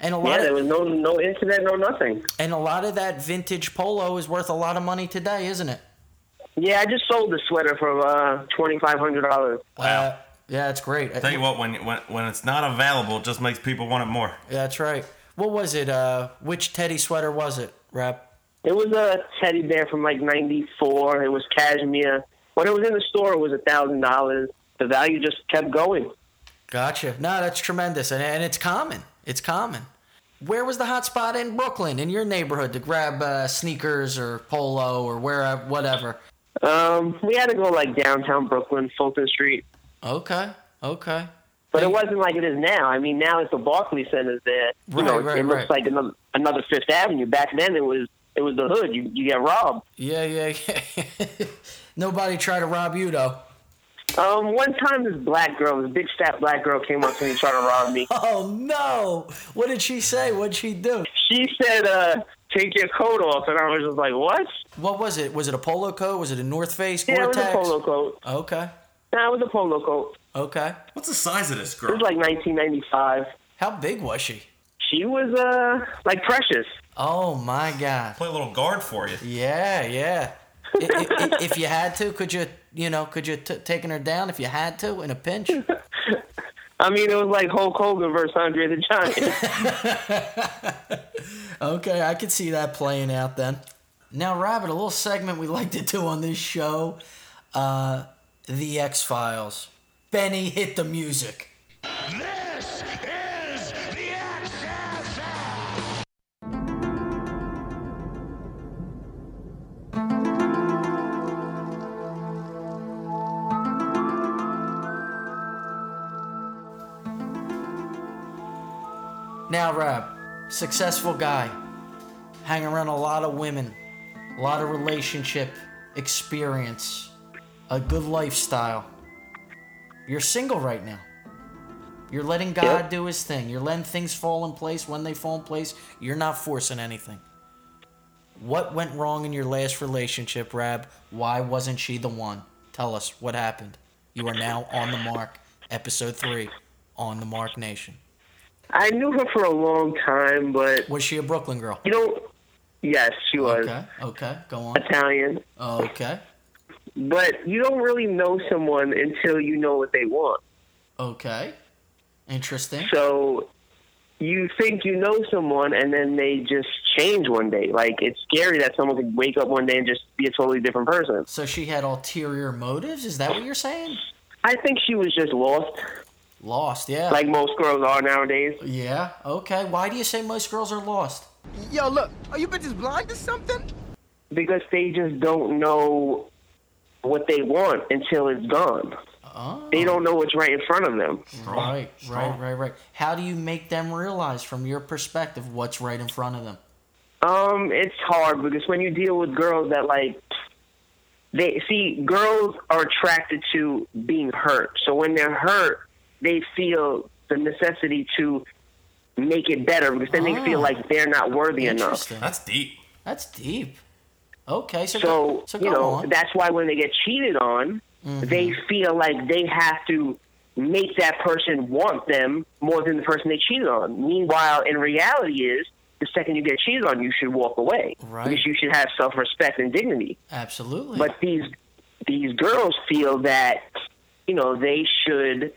D: And a lot
G: Yeah,
D: of,
G: there was no no internet, no nothing.
D: and a lot of that vintage polo is worth a lot of money today, isn't it?
G: Yeah, I just sold the sweater for uh, twenty five hundred dollars.
E: Wow.
D: Uh, yeah, it's great.
E: Tell you what, when, when when it's not available, it just makes people want it more.
D: That's right. What was it? Uh, which teddy sweater was it, Rap?
G: It was a teddy bear from like '94. It was cashmere. When it was in the store, it was a thousand dollars. The value just kept going.
D: Gotcha. No, that's tremendous, and, and it's common. It's common. Where was the hot spot in Brooklyn, in your neighborhood, to grab uh, sneakers or polo or where, whatever?
G: Um, we had to go like downtown Brooklyn, Fulton Street,
D: Okay. Okay.
G: but it wasn't like it is now. I mean, now it's the Barclays Center's there. You
D: Right,
G: know,
D: right,
G: it
D: right.
G: looks like another another Fifth Avenue. Back then, it was it was the hood. You you get robbed.
D: Yeah, yeah, [LAUGHS] yeah. Nobody try to rob you though.
G: Um, one time, this black girl, this big fat black girl, came up to me trying to rob me.
D: Oh no! What did she say? What'd she do?
G: She said, uh, "Take your coat off," and I was just like, "What?"
D: What was it? Was it a polo coat? Was it a North Face?
G: Yeah, it was a
D: Gore-Tex?
G: polo coat.
D: Okay.
G: Nah, it was a polo coat.
D: Okay.
E: What's the size of this
G: It
E: girl?
G: was like 1995.
D: How big was she?
G: She was uh like precious.
D: Oh my god.
E: Play a little guard for you.
D: Yeah, yeah. I- I- i- if you had to, could you, you know, could you t- taken her down if you had to in a pinch?
G: I mean, it was like Hulk Hogan versus Andre the Giant.
D: Okay, I could see that playing out then. Now, Rabbit, a little segment we like to do on this show, uh, the X Files. Benny hit the music.
J: This is the XFL.
D: Now, Rab, successful guy, hang around a lot of women, a lot of relationship experience, a good lifestyle. You're single right now. You're letting God
G: Yep.
D: do His thing. You're letting things fall in place when they fall in place. You're not forcing anything. What went wrong in your last relationship, Rab? Why wasn't she the one? Tell us what happened. You are now on the mark. Episode 3 on the Mark Nation.
G: I knew her for a long time, but
D: Was she a Brooklyn girl?
G: you know, yes, she was
D: Okay, okay, go on.
G: Italian.
D: Okay,
G: But you don't really know someone until you know what they want.
D: okay. Interesting.
G: So you think you know someone, and then they just change one day. Like it's scary that someone could wake up one day and just be a totally different person.
D: So she had ulterior motives? Is that what you're saying?
G: I think she was just lost,
D: Lost, yeah.
G: like most girls are nowadays.
D: yeah, okay. Why do you say most girls are lost?
H: Yo, look, are you bitches blind to something?
G: because they just don't know what they want until it's gone.
D: Oh,
G: They don't know what's right in front of them.
D: right, right, right, right. How do you make them realize from your perspective what's right in front of them?
G: Um, it's hard because when you deal with girls that like they see girls are attracted to being hurt. So when they're hurt, they feel the necessity to make it better because then they feel like they're not worthy enough.
D: Interesting.
E: That's deep. [LAUGHS]
D: That's deep. Okay, so
G: So,
D: go, so
G: you
D: go
G: know,
D: on. Mm-hmm.
G: that's why when they get cheated on, they feel like they have to make that person want them more than the person they cheated on. Meanwhile, in reality is the second you get cheated on, you should walk away
D: Right.
G: because you should have self-respect and dignity.
D: Absolutely.
G: But these these girls feel that you know they should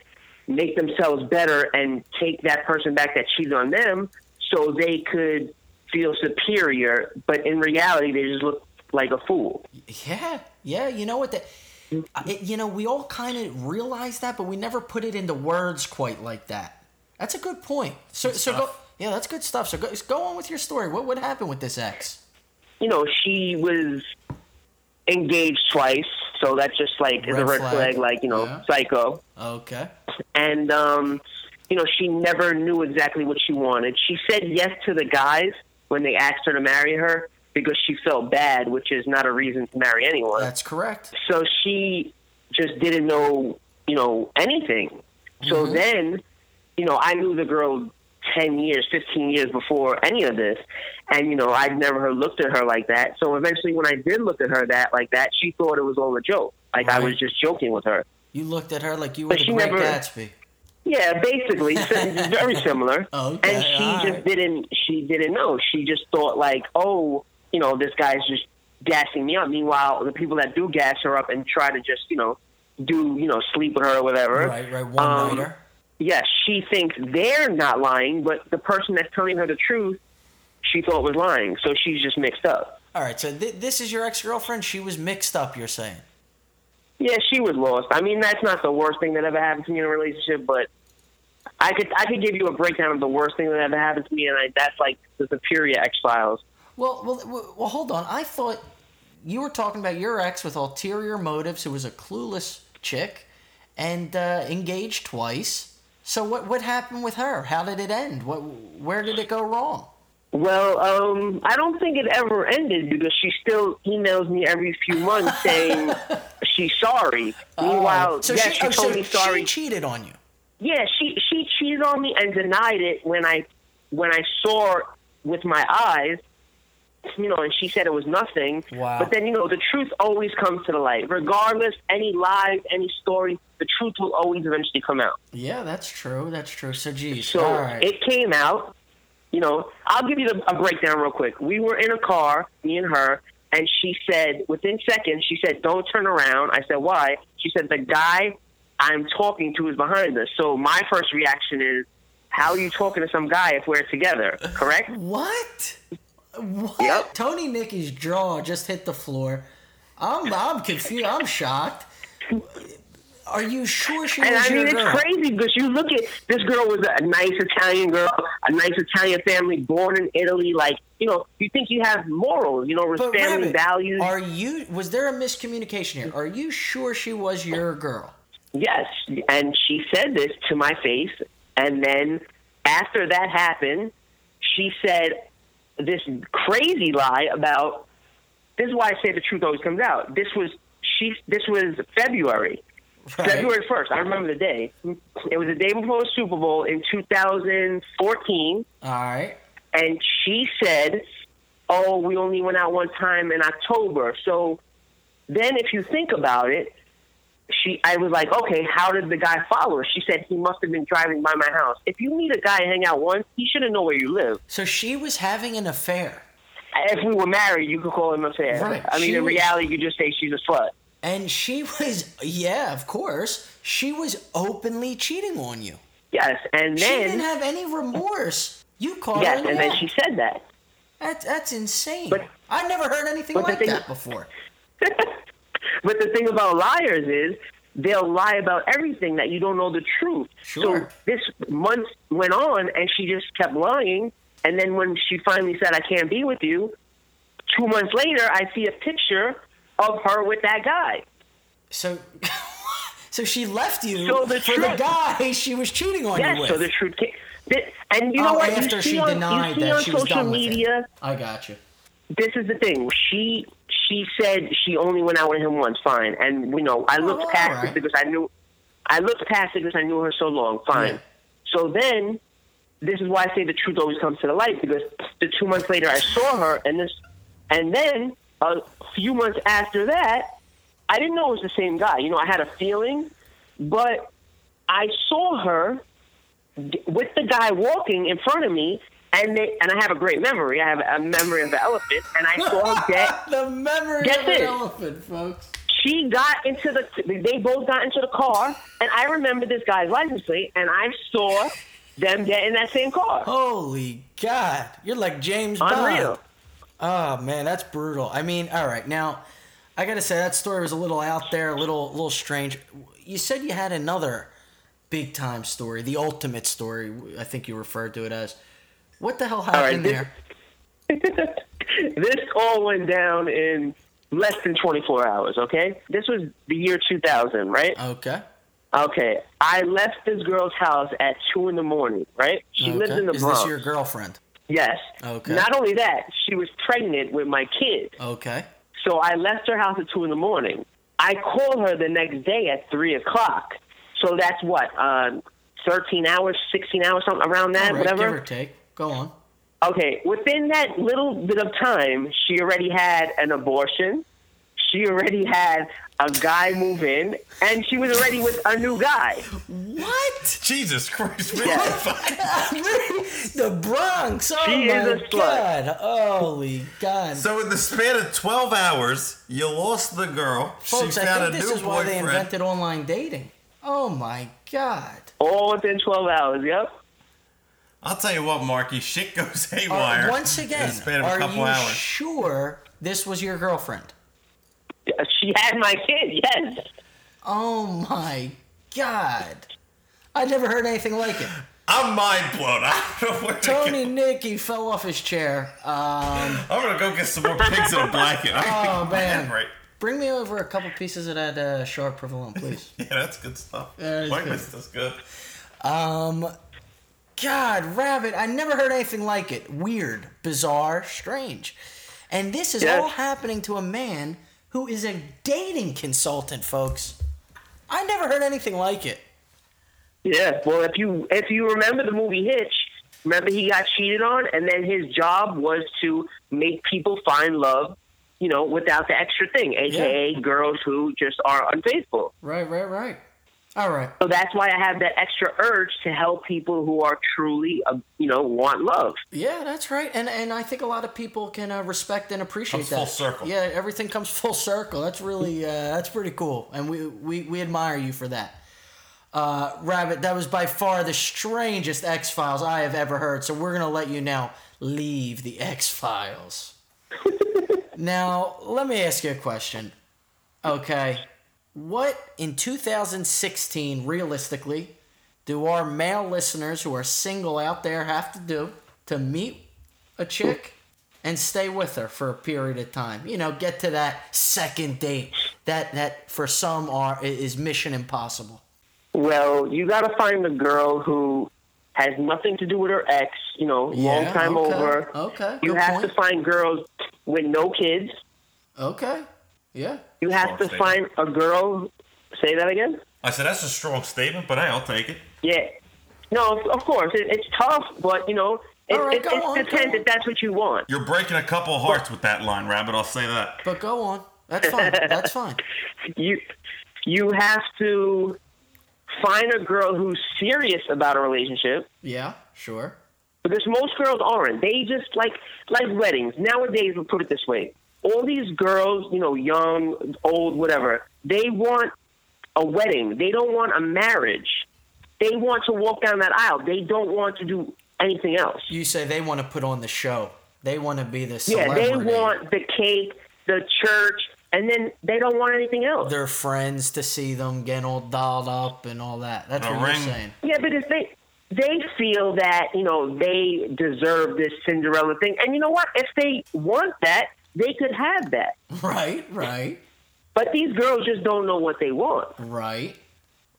G: make themselves better and take that person back that cheated on them so they could feel superior, but in reality they just look like a fool.
D: Yeah, yeah. You know what? That it, you know, we all kind of realize that, but we never put it into words quite like that. That's a good point. So, so go. Yeah, that's good stuff. So go, go on with your story. What what happened with this ex?
G: you know, she was engaged twice, so that's just like is a
D: Red
G: red
D: flag.
G: flag, like, you know,
D: Yeah.
G: psycho.
D: Okay.
G: And um you know, she never knew exactly what she wanted. She said yes to the guys when they asked her to marry her because she felt bad, which is not a reason to marry anyone.
D: That's correct.
G: So she just didn't know, you know, anything. So then, you know, I knew the girl 10 years, 15 years before any of this. And, you know, I'd never looked at her like that. So eventually, when I did look at her that like that, she thought it was all a joke. Like I
D: Right.
G: was just joking with her.
D: You looked at her like you were
G: But
D: the
G: she
D: great
G: never-
D: Gatsby.
G: Yeah, basically,
D: [LAUGHS]
G: s- very similar.
D: Oh, okay,
G: and she
D: all right.
G: just didn't. She didn't know. She just thought like, oh, you know, this guy's just gassing me up. Meanwhile, the people that do gas her up and try to just, you know, do you know, sleep with her or whatever.
D: Right, right. One
G: um,
D: nighter.
G: Yes, she thinks they're not lying, but the person that's telling her the truth, she thought was lying. So she's just mixed up.
D: All right. So th- this is your ex girlfriend. She was mixed up. You're saying.
G: Yeah, she was lost. I mean, that's not the worst thing that ever happened to me in a relationship, but I could I could give you a breakdown of the worst thing that ever happened to me, and I, that's like the Superior X Files.
D: Well, well, well, well, hold on. I thought you were talking about your ex with ulterior motives, who was a clueless chick and uh, engaged twice. So what what happened with her? How did it end? What where did it go wrong?
G: Well, um, I don't think it ever ended because she still emails me every few months
D: [LAUGHS]
G: saying she's sorry. Meanwhile,
D: so
G: yeah,
D: she,
G: she,
D: oh,
G: told
D: so
G: me sorry.
D: She cheated on you.
G: Yeah, she she cheated on me and denied it when I when I saw her with my eyes, you know, and she said it was nothing.
D: Wow.
G: But then you know, the truth always comes to the light, regardless any lies, any story. The truth will always eventually come out.
D: Yeah, that's true. That's true. So geez.
G: So
D: all right.
G: it came out. You know, I'll give you the, a breakdown real quick. We were in a car, me and her, and she said, within seconds, she said, "Don't turn around." I said, "Why?" She said, "The guy I'm talking to is behind us." So my first reaction is, "How are you talking to some guy if we're together?" Correct?
D: What? What?
G: Yep.
D: Tony Nicky's jaw just hit the floor. I'm I'm confused. I'm
G: [LAUGHS]
D: shocked. Are you sure she
G: And
D: was
G: I mean,
D: your
G: it's
D: girl?
G: crazy because you look at this girl was a nice Italian girl, a nice Italian family, born in Italy. Like, you know, you think you have morals, you know,
D: But
G: family
D: Rabbit,
G: values.
D: Are you? Was there a miscommunication here? Are you sure she was your
G: [LAUGHS]
D: girl?
G: Yes, and she said this to my face, and then after that happened, she said this crazy lie about. This is why I say the truth always comes out. This was she. This was February, February first. I remember the day. It was the day before the Super Bowl in 2014,
D: All right.
G: and she said, "Oh, we only went out one time in October." So then, if you think about it, she I was like, okay, how did the guy follow her? She said he must have been driving by my house. If you meet a guy and hang out once, he shouldn't know where you live.
D: So she was having an affair,
G: If we were married, you could call him a fan.
D: Right.
G: I mean,
D: She
G: in
D: was-
G: reality, you could just say she's a slut.
D: and she [LAUGHS] was yeah, of course, she was openly cheating on you.
G: Yes, and
D: she didn't
G: then
D: have any remorse. You called
G: yes,
D: her. an
G: and then
D: ass.
G: she said that.
D: That's that's insane.
G: But-
D: I never heard anything
G: but the
D: like
G: thing-
D: that before.
G: But the thing about liars is they'll lie about everything that you don't know the truth.
D: Sure.
G: So this month went on, and she just kept lying. And then when she finally said, "I can't be with you," two months later, I see a picture of her with that guy.
D: So, [LAUGHS] so she left you
G: So the
D: for the
G: truth-
D: guth she was cheating on
G: Yes.
D: you with.
G: So the truth. Came. th- And you know
D: Oh,
G: what?
D: After
G: you see
D: she
G: on,
D: denied
G: you see
D: that
G: on
D: she was
G: social
D: done
G: media.
D: with it. I got you.
G: this is the thing. She she said she only went out with him once. Fine, and you know I looked
D: all
G: past
D: right.
G: it because I knew I looked past it because I knew her so long. Fine.
D: Yeah.
G: So then, this is why I say the truth always comes to the light because the two months later I saw her and this, and then a few months after that, I didn't know it was the same guy. You know, I had a feeling, but I saw her d- with the guy walking in front of me, and they, and I have a great memory. I have a memory of the elephant, and I saw her
D: [LAUGHS]
G: get.
D: the memory
G: Get
D: of
G: this.
D: an elephant, folks.
G: She got into the. They both got into the car, and I remember this guy's license plate, and I saw them get in that same car.
D: Holy God! You're like James
G: Unreal.
D: Bond. Oh man, that's brutal. I mean, all right, now I gotta say that story was a little out there, a little, little strange. You said you had another big time story, the ultimate story. I think you referred to it as. What the hell happened
G: right, this-
D: there?
G: [LAUGHS] this all went down in less than 24 hours. Okay, this was the year 2000, right?
D: Okay.
G: Okay, I left this girl's house at two in the morning. Right? She lives in the
D: Is
G: Bronx.
D: this your girlfriend?
G: Yes.
D: Okay.
G: Not only that, she was pregnant with my kid.
D: Okay.
G: So I left her house at two in the morning. I called her the next day at three o'clock. So that's what, um, thirteen hours, sixteen hours, something around that,
D: All right,
G: whatever.
D: Give or take. Go on.
G: Okay, within that little bit of time, she already had an abortion. She already had a guy move in, and she was already with a new guy.
D: What?
E: Jesus Christ, man.
D: the Bronx. Oh
G: She
D: my
G: is a slut.
D: god. Holy god.
E: [LAUGHS] So in the span of 12 hours, you lost the girl.
D: Folks,
E: she
D: I
E: found
D: think
E: a
D: this
E: new
D: is why
E: boyfriend.
D: they invented online dating. Oh my god.
G: All within 12 hours, yep.
E: I'll tell you what, Marky, shit goes
D: Are-
E: haywire.
D: once
E: in
D: again,
E: the span of
D: are
E: a couple
D: you
E: hours.
D: sure this was your girlfriend?
G: She had my kid, yes.
D: Oh my god. I never heard anything like
E: [LAUGHS]
D: it.
E: I'm mind blown. [LAUGHS] I don't know where to
D: Tony Nicky fell off his chair. Um,
E: go. I'm gonna go get some more pigs in a blanket. I
D: [LAUGHS] Oh,
E: [LAUGHS] think-
D: man.
E: right.
D: bring me over a couple pieces of that uh, shark provolone, please.
E: Yeah, that's good stuff.
D: That is
E: White
D: good.
E: mist is good.
D: Um, God, Rabbit, I never heard anything like it. Weird, bizarre, strange. And this is
G: Yes.
D: all happening to a man who is a dating consultant, folks. I never heard anything like it.
G: Yeah, well, if you if you remember the movie Hitch, remember he got cheated on, and then his job was to make people find love, you know, without the extra thing, aka girls who just are unfaithful.
D: Right, right, right. All right.
G: So that's why I have that extra urge to help people who are truly, uh, you know, want love.
D: Yeah, that's right. And and I think a lot of people can uh, respect and appreciate
E: Comes
D: that.
E: full circle.
D: Yeah, everything comes [LAUGHS] full circle. That's really uh, that's pretty cool, and we we, we admire you for that. Uh, Rabbit, that was by far the strangest X Files I have ever heard. So we're gonna let you now leave the X Files. now let me ask you a question. Okay, what in 2016 realistically do our male listeners who are single out there have to do to meet a chick and stay with her for a period of time? You know, get to that second date that that for some are i- is mission impossible.
G: Well, you got to find a girl who has nothing to do with her ex, you know, long
D: Yeah,
G: time
D: okay,
G: over.
D: okay,
G: You
D: good
G: have
D: point.
G: to find girls with no kids.
D: Okay. Yeah.
G: You have to
E: Strong
G: find
E: statement.
G: a girl. Say that again.
E: I said that's a strong statement, but hey, I'll take it.
G: Yeah. No, of- of course it, it's tough, but you know, it,
D: All right,
G: it,
D: go
G: it
D: on, go
G: depends
D: on.
G: if that's what you want.
E: You're breaking a couple of hearts with that line, Rabbit. I'll say that.
D: But go on. That's fine. That's
G: [LAUGHS]
D: fine.
G: You you have to find a girl who's serious about a relationship
D: Yeah, sure.
G: because most girls aren't. They just like like weddings nowadays. We'll put it this way: all these girls, you know, young, old, whatever, they want a wedding. They don't want a marriage. They want to walk down that aisle. They don't want to do anything else.
D: You say they want to put on the show. They want to be the
G: Yeah,
D: celebrity.
G: they want the cake, the church, and then they don't want anything else.
D: their friends to see them getting all dolled up and all that. That's
E: A
D: what
E: ring.
D: you're saying.
G: yeah, because they they feel that you know they deserve this Cinderella thing, and you know what? If they want that, they could have that.
D: Right, right,
G: But these girls just don't know what they want.
D: right.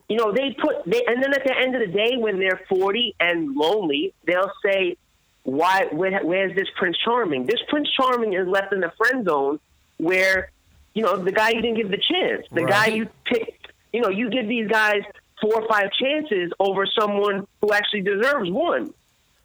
G: You know, they put they, and then at the end of the day, when they're forty and lonely, they'll say, "Why? Where, where's this Prince Charming? This Prince Charming is left in the friend zone where." you know, the guy you didn't give the chance, the guy
D: Right.
G: you picked, you know, you give these guys four or five chances over someone who actually deserves one.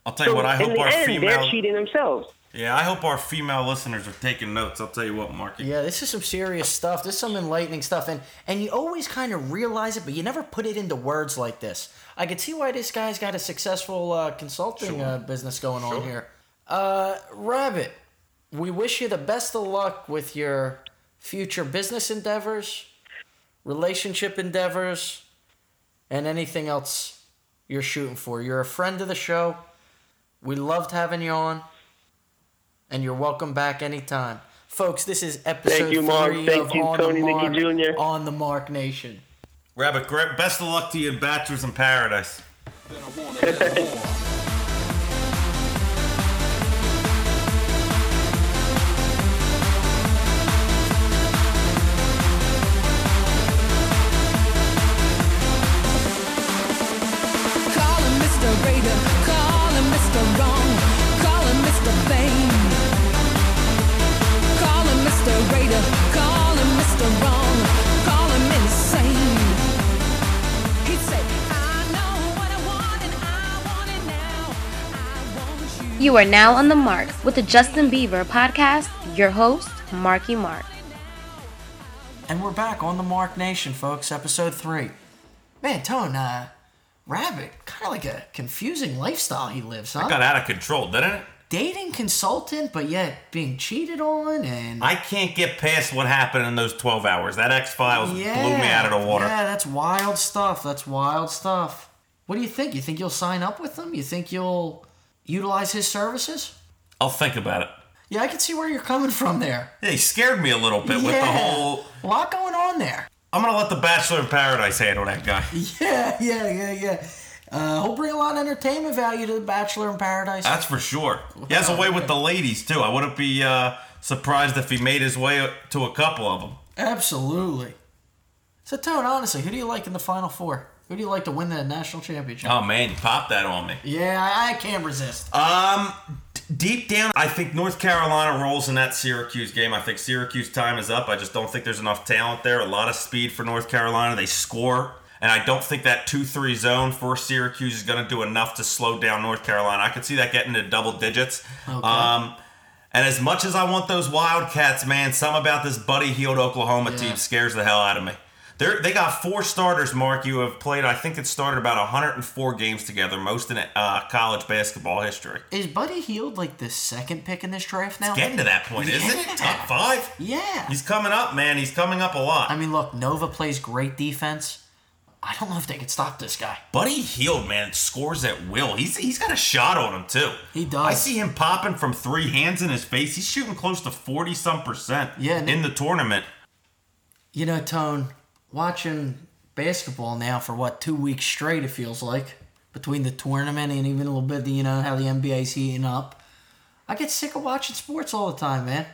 E: I'll tell you
G: So
E: what. I
G: in
E: hope
G: the
E: our
G: end, they're
E: female.
G: cheating themselves.
E: Yeah, I hope our female listeners are taking notes. I'll tell you what, Marky.
D: Yeah, this is some serious stuff. This is some enlightening stuff, and and you always kind of realize it, but you never put it into words like this. I could see why this guy's got a successful uh, consulting uh, business going on here. Uh, Rabbit, we wish you the best of luck with your future business endeavors, relationship endeavors, and anything else you're shooting for. You're a friend of the show. We loved having you on, and you're welcome back anytime. Folks, this is episode
G: you, Mark.
D: three
G: Thank
D: of
G: you,
D: on
G: Tony
D: the
G: Nicky
D: Mark,
G: Jr..
D: on the Mark Nation.
E: Rabbit, great, best of luck to you in Bachelors in Paradise.
C: You are now on the mark with the Justin Bieber podcast, your host, Marky Mark.
D: And we're back on the Mark Nation, folks, episode three. Man, Tone, uh, Rabbit, kind of like a confusing lifestyle he lives, huh?
E: Got out of control, didn't it?
D: Dating consultant, but yet being cheated on and.
E: I can't get past what happened in those 12 hours. That X Files blew me out of the water.
D: Yeah, that's wild stuff. That's wild stuff. What do you think? You think you'll sign up with him? You think you'll utilize his services?
E: I'll think about it.
D: Yeah, I can see where you're coming from there.
E: Yeah, he scared me a little bit with the
D: Yeah.
E: whole.
D: A lot going on there. [LAUGHS]
E: I'm gonna let the Bachelor in Paradise handle that guy.
D: Yeah, yeah, yeah, yeah. Uh, he'll bring a lot of entertainment value to The Bachelor in Paradise.
E: That's for sure. He has a way with the ladies too. I wouldn't be uh, surprised if he made his way to a couple of them.
D: Absolutely. So, Tone, honestly, who do you like in the Final Four? Who do you like to win the national championship?
E: Oh man, you popped that on me.
D: Yeah, I, I can't resist.
E: Um, d- deep down, I think North Carolina rolls in that Syracuse game. I think Syracuse time is up. I just don't think there's enough talent there. A lot of speed for North Carolina. They score. And I don't think that 2 3 zone for Syracuse is going to do enough to slow down North Carolina. I could see that getting to double digits.
D: Okay.
E: Um, and as much as I want those Wildcats, man, some about this Buddy Healed Oklahoma
D: Yeah.
E: team scares the hell out of me. They're, they got four starters, Mark, you have played, I think it started about 104 games together, most in uh, college basketball history.
D: Is Buddy Heald like the second pick in this draft now?
E: getting to that point, isn't
D: Yeah. [LAUGHS]
E: it? Top five.
D: Yeah.
E: He's coming up, man. He's coming up a lot.
D: I mean, look, Nova plays great defense. I don't know if they could stop this guy.
E: Buddy Heald, man, scores at will. He's he's got a shot on him too.
D: He does.
E: I see him popping from three hands in his face. He's shooting close to forty some percent.
D: Yeah, and-
E: in the tournament.
D: You know, Tone, watching basketball now for what, two weeks straight, it feels like, between the tournament and even a little bit, you know, how the NBA's heating up. I get sick of watching sports all the time, man.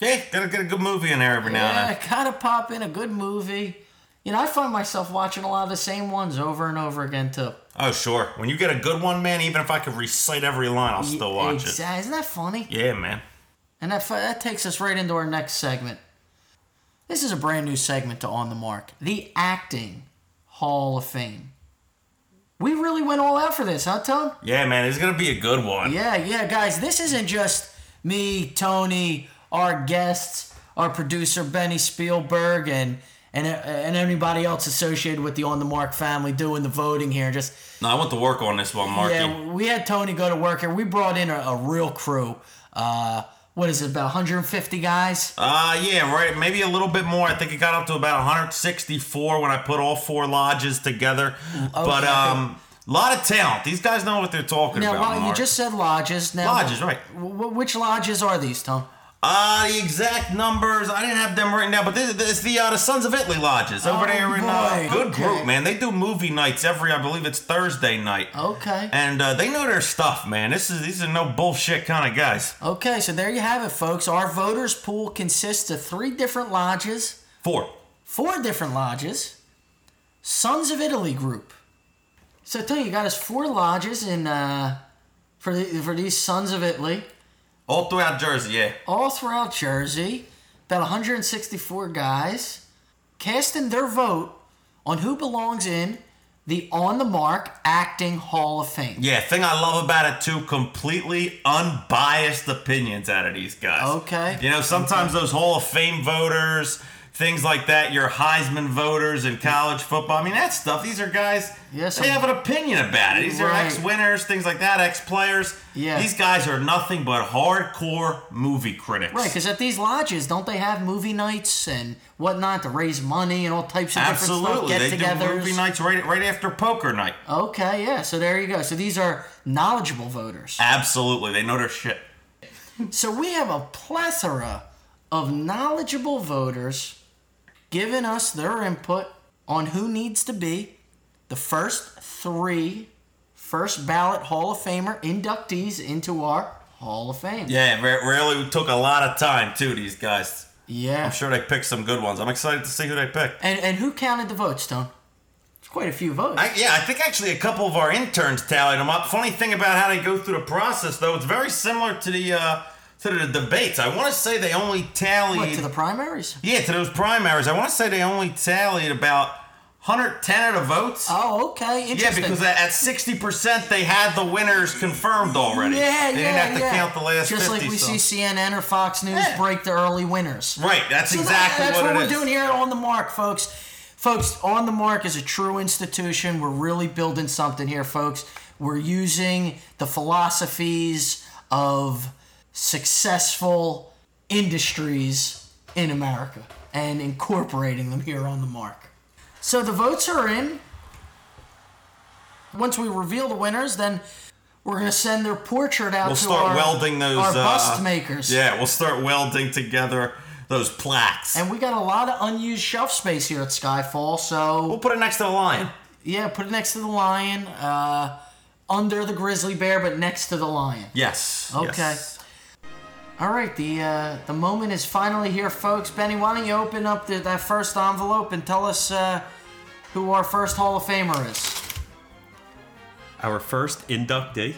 E: Hey, gotta get a good movie in there every now and
D: Yeah,
E: then.
D: kind of pop in a good movie. You know, I find myself watching a lot of the same ones over and over again, too.
E: Oh sure. When you get a good one, man, even if I could recite every line, I'll still watch
D: Exa- Isn't that funny?
E: it. Yeah, man.
D: And that, fu- that takes us right into our next segment. This is a brand new segment to On the Mark the Acting Hall of Fame. We really went all out for this, huh, Tone?
E: Yeah, man. It's gonna be a good one.
D: Yeah, yeah, guys, this isn't just me, Tony, our guests, our producer, Benny Spielberg, and. And, uh, and anybody else associated with the On the Mark family doing the voting here. Just
E: No, I want to work on this one, Marky.
D: yeah, we had Tony go to work here. We brought in a, a real crew. Uh, what is it, about 150 guys?
E: Uh, yeah, right. Maybe a little bit more. I think it got up to about 164 when I put all four lodges together.
D: Mm,
E: But um, a lot of talent. These guys know what they're talking
D: Now,
E: about.
D: well, you
E: Mark.
D: just said lodges. Now,
E: Lodges, right.
D: W- w- which lodges are these, Tom?
E: uh, the exact numbers. I didn't have them written down, but this, this the uh, the Sons of Italy lodges over
D: Oh,
E: there in uh,
D: boy.
E: good
D: Okay.
E: group, man. They do movie nights every, I believe it's Thursday night.
D: Okay.
E: And uh, they know their stuff, man. This is these are no bullshit kind of guys.
D: Okay, so there you have it, folks. Our voters pool consists of three different lodges,
E: Four.
D: four different lodges, Sons of Italy group. So, Tony, you got us four lodges in uh, for the, for these Sons of Italy,
E: All throughout Jersey, yeah.
D: all throughout Jersey. About 164 guys casting their vote on who belongs in the On the Mark Acting Hall of Fame.
E: Yeah, thing I love about it too, completely unbiased opinions out of these guys.
D: Okay.
E: You know, sometimes those Hall of Fame voters, things like that, your Heisman voters in college football. I mean, that stuff, these are guys,
D: Yes,
E: they
D: I'm-
E: have an opinion about it. These are
D: Right.
E: ex winners, things like that, ex players.
D: Yeah.
E: These guys are nothing but hardcore movie critics.
D: Right, because at these lodges, don't they have movie nights and whatnot to raise money and all types of
E: Absolutely. They
D: different stuff,
E: do
D: get
E: movie
D: togethers?
E: nights right, right after poker night.
D: Okay, yeah, so there you go. So these are knowledgeable voters.
E: Absolutely. They know their shit.
D: So we have a plethora of knowledgeable voters giving us their input on who needs to be the first three first ballot Hall of Famer inductees into our Hall of Fame.
E: Yeah, re- really took a lot of time, too, these guys.
D: Yeah.
E: I'm sure they picked some good ones. I'm excited to see who they picked.
D: And and who counted the votes, Stone? It's quite a few votes.
E: I, yeah, I think actually a couple of our interns tallied them up. Funny thing about how they go through the process, though, it's very similar to the uh, to the debates. I want to say they only tallied
D: What, to the primaries?
E: yeah to those primaries. I want to say they only tallied about 110 of the votes?
D: Oh, okay.
E: Yeah,
D: Interesting.
E: because at at 60%, they had the winners confirmed already.
D: Yeah,
E: They
D: yeah,
E: didn't have to
D: yeah.
E: count the last
D: Just
E: 50
D: like we
E: so-
D: see CNN or Fox News break the early winners.
E: Right, that's
D: So that-
E: exactly
D: that's
E: what,
D: what,
E: it
D: we're
E: is.
D: doing here on the mark, folks. Folks, on the mark is a true institution. We're really building something here, folks. We're using the philosophies of successful industries in America and incorporating them here on the mark. So the votes are in. Once we reveal the winners, then we're going to send their portrait out
E: We'll
D: to
E: start
D: our,
E: welding those.
D: our
E: uh,
D: bust makers.
E: Yeah, we'll start welding together those plaques.
D: And we got a lot of unused shelf space here at Skyfall,
E: We'll
D: so
E: put it next to the lion.
D: yeah, put it next to the lion, uh, under the grizzly bear, but next to the lion.
E: Yes.
D: Okay.
E: yes.
D: All right, the uh, the moment is finally here, folks. Benny, why don't you open up the, that first envelope and tell us uh, who our first Hall of Famer is?
K: Our first inductee,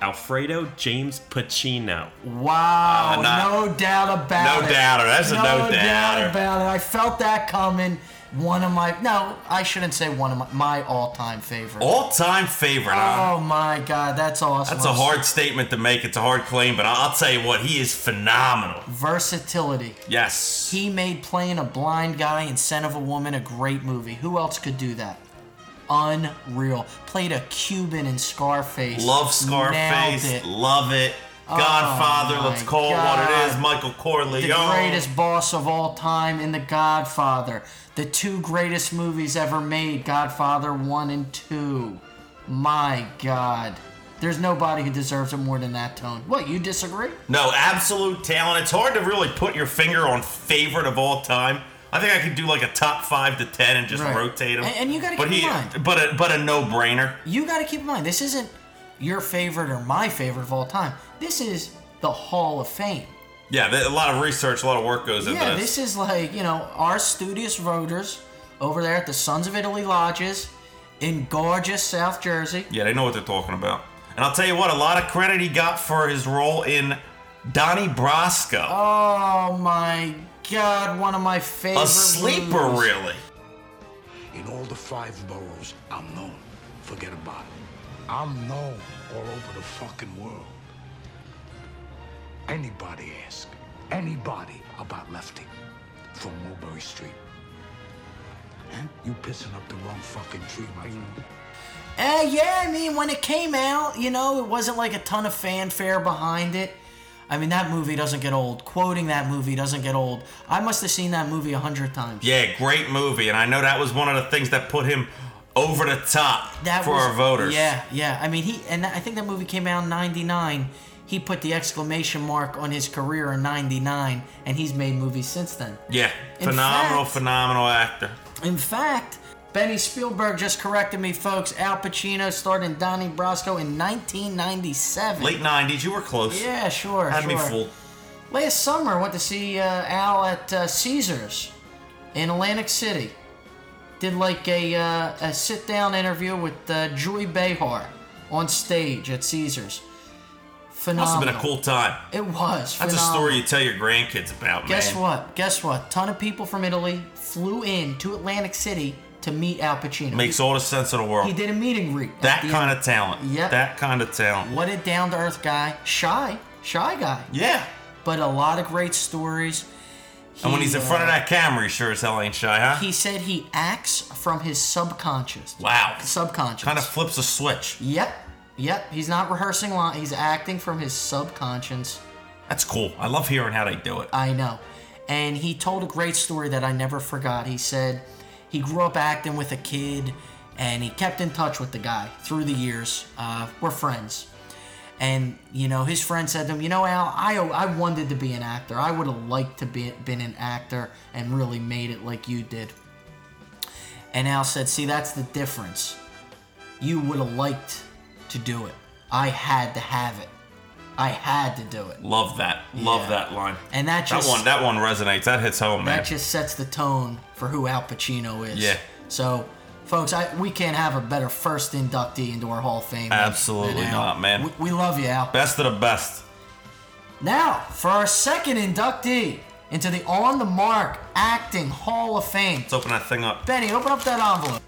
K: Alfredo James Pacino.
D: Wow,
K: Uh, not-
D: no doubt about
K: No
D: it.
K: doubter, that's a no
D: doubt
K: doubter.
D: about it. I felt that coming. One of my no, I shouldn't say one of my my all time favorite.
E: All time favorite. huh?
D: Oh my god, that's awesome.
E: That's a hard statement to make. It's a hard claim, but I'll I'll tell you what, he is phenomenal.
D: versatility.
E: Yes.
D: He made playing a blind guy in Son of a Woman a great movie. Who else could do that? Unreal. Played a Cuban in Scarface.
E: Love
D: Nailed
E: Scarface.
D: it. Oh
E: Love it. Godfather,
D: my
E: let's call it what
D: God.
E: it is. Michael Corleone.
D: The greatest boss of all time in The Godfather. The two greatest movies ever made, Godfather 1 and 2. My God. There's nobody who deserves it more than that tone. What, you disagree?
E: No, absolute talent. It's hard to really put your finger on favorite of all time. I think I could do like a top five to ten and just
D: Right.
E: rotate them.
D: And- and you gotta
E: but
D: keep
E: he,
D: in mind-
E: but a, but a no brainer.
D: you got to keep in mind this isn't your favorite or my favorite of all time. This is the Hall of Fame.
E: Yeah, th- a lot of research, a lot of work goes into
D: yeah,
E: this.
D: this is like you know our studious voters over there at the Sons of Italy lodges in gorgeous South Jersey.
E: Yeah, they know what they're talking about. And I'll tell you what, a lot of credit he got for his role in Donnie Brasco.
D: Oh my God, one of my favorite.
E: a sleeper,
D: movies.
E: really.
J: In all the five boroughs, I'm known. Forget about it. I'm known all over the fucking world. Anybody ask anybody about Lefty from Mulberry Street? Huh? You pissing up the wrong fucking tree, my friend.
D: Eh, yeah, I mean, when it came out, you know, it wasn't like a ton of fanfare behind it. I mean, that movie doesn't get old. Quoting that movie doesn't get old. I must have seen that movie a hundred times.
E: Yeah, great movie. And I know that was one of the things that put him over the top
D: That
E: for
D: was-
E: our voters.
D: Yeah, yeah. I mean, he and I think that movie came out in '99. He put the exclamation mark on his career in '99, and he's made movies since then.
E: Yeah,
D: In
E: phenomenal,
D: fact-
E: phenomenal actor.
D: In fact, Benny Spielberg just corrected me, folks. Al Pacino starred in Donnie Brasco in 1997.
E: Late 90s, you were close.
D: Yeah, sure.
E: Had
D: sure.
E: me fooled.
D: Last summer, went to see uh, Al at uh, Caesars in Atlantic City. Did like a, uh, a sit down interview with uh, Joy Behar on stage at Caesars.
E: Must
D: Phenomenal.
E: have been a cool time.
D: It was.
E: That's a
D: phenomenal.
E: story you tell your grandkids about,
D: Guess
E: man.
D: what? Guess what? Ton of people from Italy flew in to Atlantic City to meet Al Pacino.
E: Makes all the sense in the world.
D: he did a meet and greet. at
E: that
D: the
E: kind
D: end.
E: of talent.
D: Yep.
E: That kind of talent.
D: What a down to earth guy. Shy. Shy guy.
E: Yeah.
D: But a lot of great stories.
E: And when he's in
D: He,
E: front of
D: uh,
E: that camera, he sure as hell ain't shy, huh?
D: He said he acts from his subconscious.
E: wow.
D: Subconscious.
E: Kind of flips a switch.
D: Yep. Yep. He's not rehearsing line. He's acting from his subconscious.
E: That's cool. I love hearing how they do it.
D: I know. And he told a great story that I never forgot. He said he grew up acting with a kid and he kept in touch with the guy through the years. Uh, we're friends. And, you know, his friend said to him, You know, Al, I, I wanted to be an actor. I would have liked to be been an actor and really made it like you did. And Al said, See, that's the difference. You would have liked to do it. I had to have it. I had to do it.
E: Love that. Love
D: Yeah.
E: that line.
D: And that just
E: that one that one resonates. That hits home, man.
D: that just sets the tone for who Al Pacino is.
E: Yeah.
D: So, folks, I, we can't have a better first inductee into our Hall of Fame. than-
E: Absolutely
D: than Al.
E: not, man.
D: We, we love you, Al.
E: best of the best.
D: Now, for our second inductee, into the On the Mark Acting Hall of Fame.
E: Let's open that thing up.
D: Benny, open up that envelope.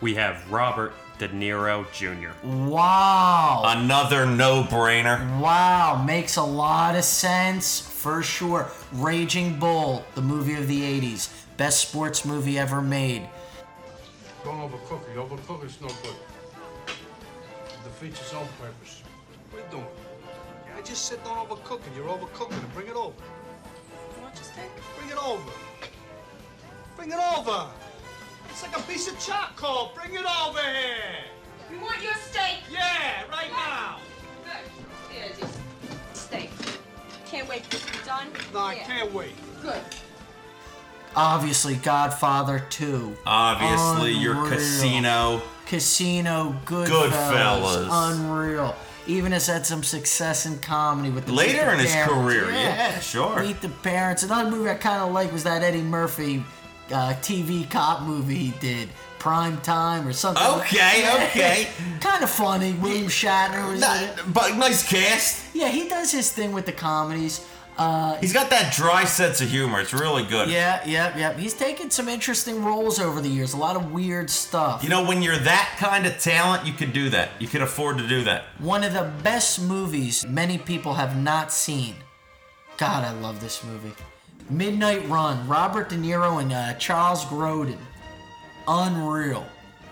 K: We have Robert De Niro Jr.
D: Wow.
E: Another no brainer.
D: Wow, makes a lot of sense for sure. Raging Bull, the movie of the 80s, best sports movie ever made.
L: Don't overcook it. Overcook it's no good. The feature's on purpose. What are you doing? I just said don't overcook it. You're overcooking it. Bring it over. What you think? Bring it over. Bring it over. It's like a piece of charcoal. Bring it over here.
F: We want your steak.
L: Yeah, right now.
F: Good. Here, just steak. Can't wait for this to be done.
L: No, I
F: Yeah.
L: can't wait.
F: Good.
D: Obviously, Godfather 2.
E: Obviously, your
D: Unreal.
E: casino.
D: Casino, Goodfellas,
E: Goodfellas.
D: Unreal. Even has had some success in comedy with the
E: Later
D: Meet the
E: in his
D: Parents.
E: career, yeah, sure.
D: Meet the Parents. Another movie I kind of like was that Eddie Murphy uh, TV cop movie he did, Prime Time or something.
E: Okay,
D: [LAUGHS]
E: okay.
D: kind of funny. William Shatner was in it.
E: But nice cast.
D: Yeah, he does his thing with the comedies. Uh,
E: He's got that dry sense of humor. It's really good.
D: yeah, yeah, yeah. He's taken some interesting roles over the years. A lot of weird stuff.
E: You know, when you're that kind of talent, you could do that. You could afford to do that.
D: One of the best movies many people have not seen. God, I love this movie. Midnight Run, Robert De Niro and uh, Charles Grodin. Unreal.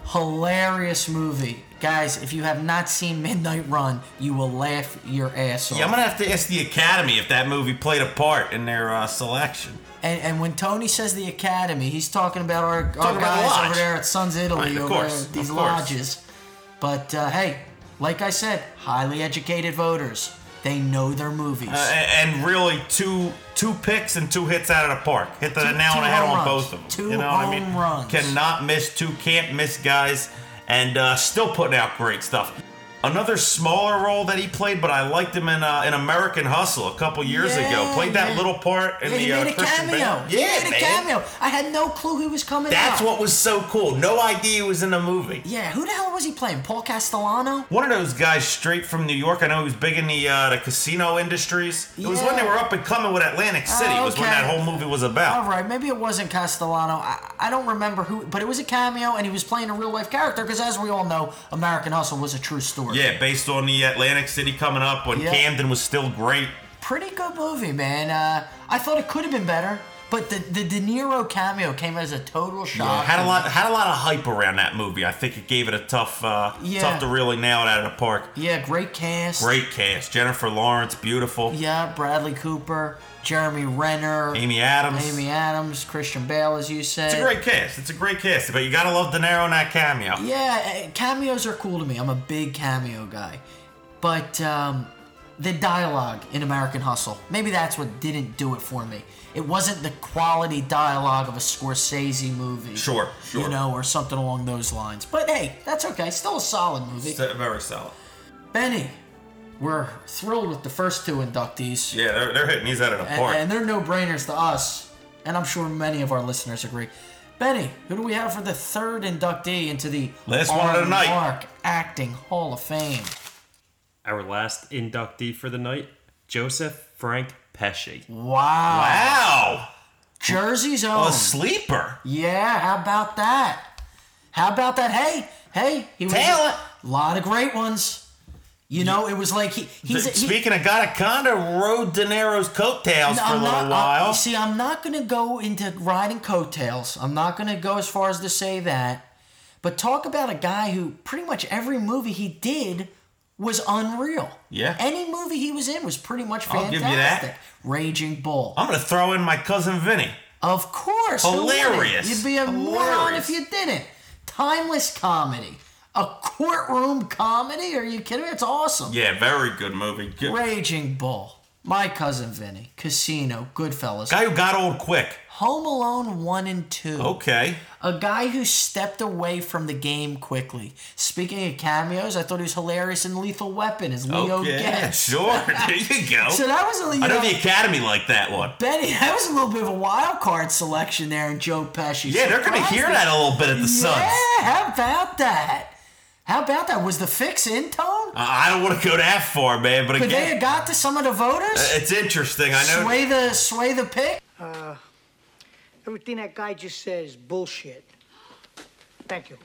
D: Hilarious movie. Guys, if you have not seen Midnight Run, you will laugh your ass off.
E: Yeah, I'm gonna have to ask the Academy if that movie played a part in their uh, selection.
D: And, and when Tony says the academy, he's talking about our, our
E: Talking about the
D: guys
E: lodge.
D: over there at Sons Italy,
E: Right, of
D: over
E: course,
D: there at these
E: of course.
D: lodges. But uh, hey, like I said, highly educated voters. They know their movies.
E: Uh, a- and, really, two two picks and two hits out of the park. Hit the
D: Two-
E: nail on
D: two
E: the head
D: home
E: on
D: runs.
E: both of them.
D: Two
E: you know what I mean?
D: home runs.
E: Cannot miss. Two can't miss guys, and uh, still putting out great stuff. Another smaller role that he played, but I liked him in uh, in American Hustle a couple years ago.
D: Yeah,
E: Played that
D: yeah.
E: little part in
D: Yeah, he
E: the uh,
D: made a
E: Christian
D: cameo.
E: Bale.
D: He
E: Yeah,
D: made a
E: man.
D: cameo. I had no clue he was coming
E: That's
D: out.
E: what was so cool. No idea he was in the movie.
D: Yeah, who the hell was he playing? Paul Castellano?
E: One of those guys straight from New York. I know he was big in the uh, the casino industries. It was when they
D: Yeah.
E: were up and coming with Atlantic
D: Oh,
E: City. Was when
D: okay.
E: that whole movie was about.
D: All right, maybe it wasn't Castellano. I, I don't remember who, but it was a cameo, and he was playing a real life character. Because as we all know, American Hustle was a true story.
E: Yeah, based on the Atlantic City coming up when
D: Yeah.
E: Camden was still great.
D: pretty good movie, man. Uh, I thought it could have been better, but the, the De Niro cameo came as a total shock.
E: Yeah, had a lot had a lot of hype around that movie. I think it gave it a tough uh,
D: Yeah.
E: tough to really nail it out of the park.
D: Yeah, great cast.
E: Great cast. Jennifer Lawrence, beautiful.
D: Yeah, Bradley Cooper, Jeremy Renner,
E: Amy Adams.
D: Amy Adams, Christian Bale, as you said.
E: It's a great cast. It's a great cast. But you gotta love De Niro in that cameo.
D: Yeah, uh, cameos are cool to me. I'm a big cameo guy, but um, the dialogue in American Hustle maybe that's what didn't do it for me. It wasn't the quality dialogue of a Scorsese movie.
E: Sure, sure.
D: You know, or something along those lines. But hey, that's okay. Still a solid movie.
E: It's, uh, very solid.
D: Benny, we're thrilled with the first two inductees.
E: Yeah, they're, they're hitting these out of the
D: And,
E: park.
D: and they're no brainers to us, and I'm sure many of our listeners agree. Benny, who do we have for the third inductee into the
K: Last one of the
D: Arnold
K: night.
D: Mark Acting Hall of Fame?
K: Our last inductee for the night, Joseph Frank Pesci.
D: Wow.
E: Wow.
D: Jersey's own.
K: A sleeper.
D: Yeah, how about that? How about that? Hey, hey, he was
E: Talent.
D: a lot of great ones. You know, it was like he, he's
E: Th-
D: he-
E: Speaking of God, I kind of rode De Niro's coattails
D: No,
E: for a
D: I'm
E: little
D: not- uh,
E: while.
D: I- see, I'm not going to go into riding coattails. I'm not going to go as far as to say that. But talk about a guy who pretty much every movie he did was unreal.
E: Yeah.
D: Any movie he was in was pretty much
E: I'll
D: fantastic.
E: give you that.
D: Raging Bull.
E: I'm going to throw in my cousin Vinny.
D: Of course. who wouldn't?
E: Hilarious.
D: You'd be a moron if you didn't. Timeless comedy. A courtroom comedy? Are you kidding me? It's awesome.
E: Yeah, very good movie. Good.
D: Raging Bull. My cousin Vinny. Casino. Goodfellas.
E: Guy who got old quick.
D: Home Alone 1 and 2.
E: Okay.
D: A guy who stepped away from the game quickly. Speaking of cameos, I thought he was hilarious in Lethal Weapon as Leo
E: okay.
D: Getz.
E: Sure. [LAUGHS] There you go.
D: So that was a- you
E: I know,
D: know-
E: the Academy liked that one.
D: Benny, that was a little bit of a wild card selection there in Joe Pesci.
E: Yeah, they're going to
D: Surprised
E: hear
D: me.
E: that a little bit at the
D: Yeah,
E: Suns.
D: how about that? How about that? Was the fix in tone?
E: I I don't want to go that far, man. But
D: Could they
E: again,
D: have got to some of the voters?
E: uh, it's interesting. I know.
D: Sway the sway the pick.
M: Uh, everything that guy just said is bullshit. Thank you.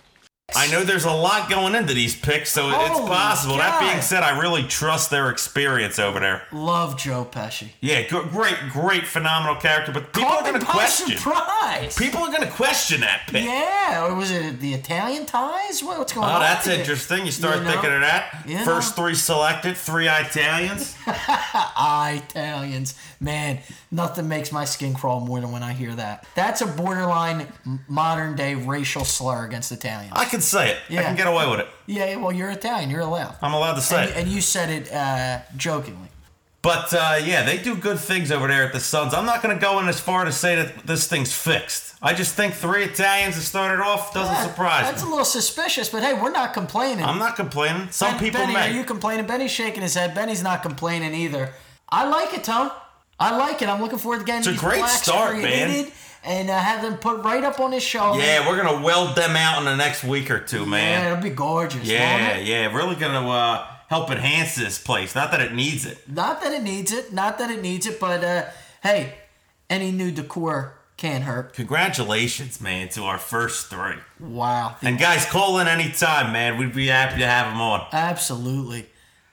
E: I know there's a lot going into these picks, so it's
D: Holy
E: possible. That
D: Oh, God.
E: being said, I really trust their experience over there.
D: Love Joe Pesci.
E: Yeah, gr- great, great, phenomenal character, but people are going to
D: by
E: question.
D: surprise.
E: People are going to question that pick.
D: Yeah, or was it the Italian ties? What, what's going on?
E: Oh, that's
D: here?
E: interesting. You start
D: know?
E: thinking of that.
D: You
E: First three selected,
D: [LAUGHS]
E: three Italians.
D: Italians. Man, nothing makes my skin crawl more than when I hear that. That's a borderline modern day racial slur against Italians.
E: I can say it. I
D: Yeah.
E: can get away with it.
D: Yeah, well, you're Italian. You're allowed.
E: I'm allowed to say
D: And,
E: it.
D: and you said it uh, jokingly.
E: But uh, yeah, they do good things over there at the Suns. I'm not going to go in as far to say that this thing's fixed. I just think three Italians that started off doesn't
D: Yeah,
E: surprise
D: Ah, That's
E: me.
D: a little suspicious, but hey, we're not complaining.
E: I'm not complaining. Some
D: Ben-
E: people
D: Benny,
E: may.
D: are you complaining? Benny's shaking his head. Benny's not complaining either. I like it, Tone. I like it. I'm looking forward to getting
E: It's a
D: these
E: great
D: plaques
E: start, man.
D: created and uh, have them put right up on his shelf.
E: yeah, we're going to weld them out in the next week or two,
D: Yeah,
E: man.
D: it'll be gorgeous. won't
E: Yeah,
D: it?
E: yeah, really going to uh, help enhance this place. Not that it needs it.
D: Not that it needs it. Not that it needs it. But uh, hey, any new decor can't hurt.
E: Congratulations, man, to our first three.
D: Wow.
E: And guys, call in anytime, man. We'd be happy to have them on.
D: Absolutely.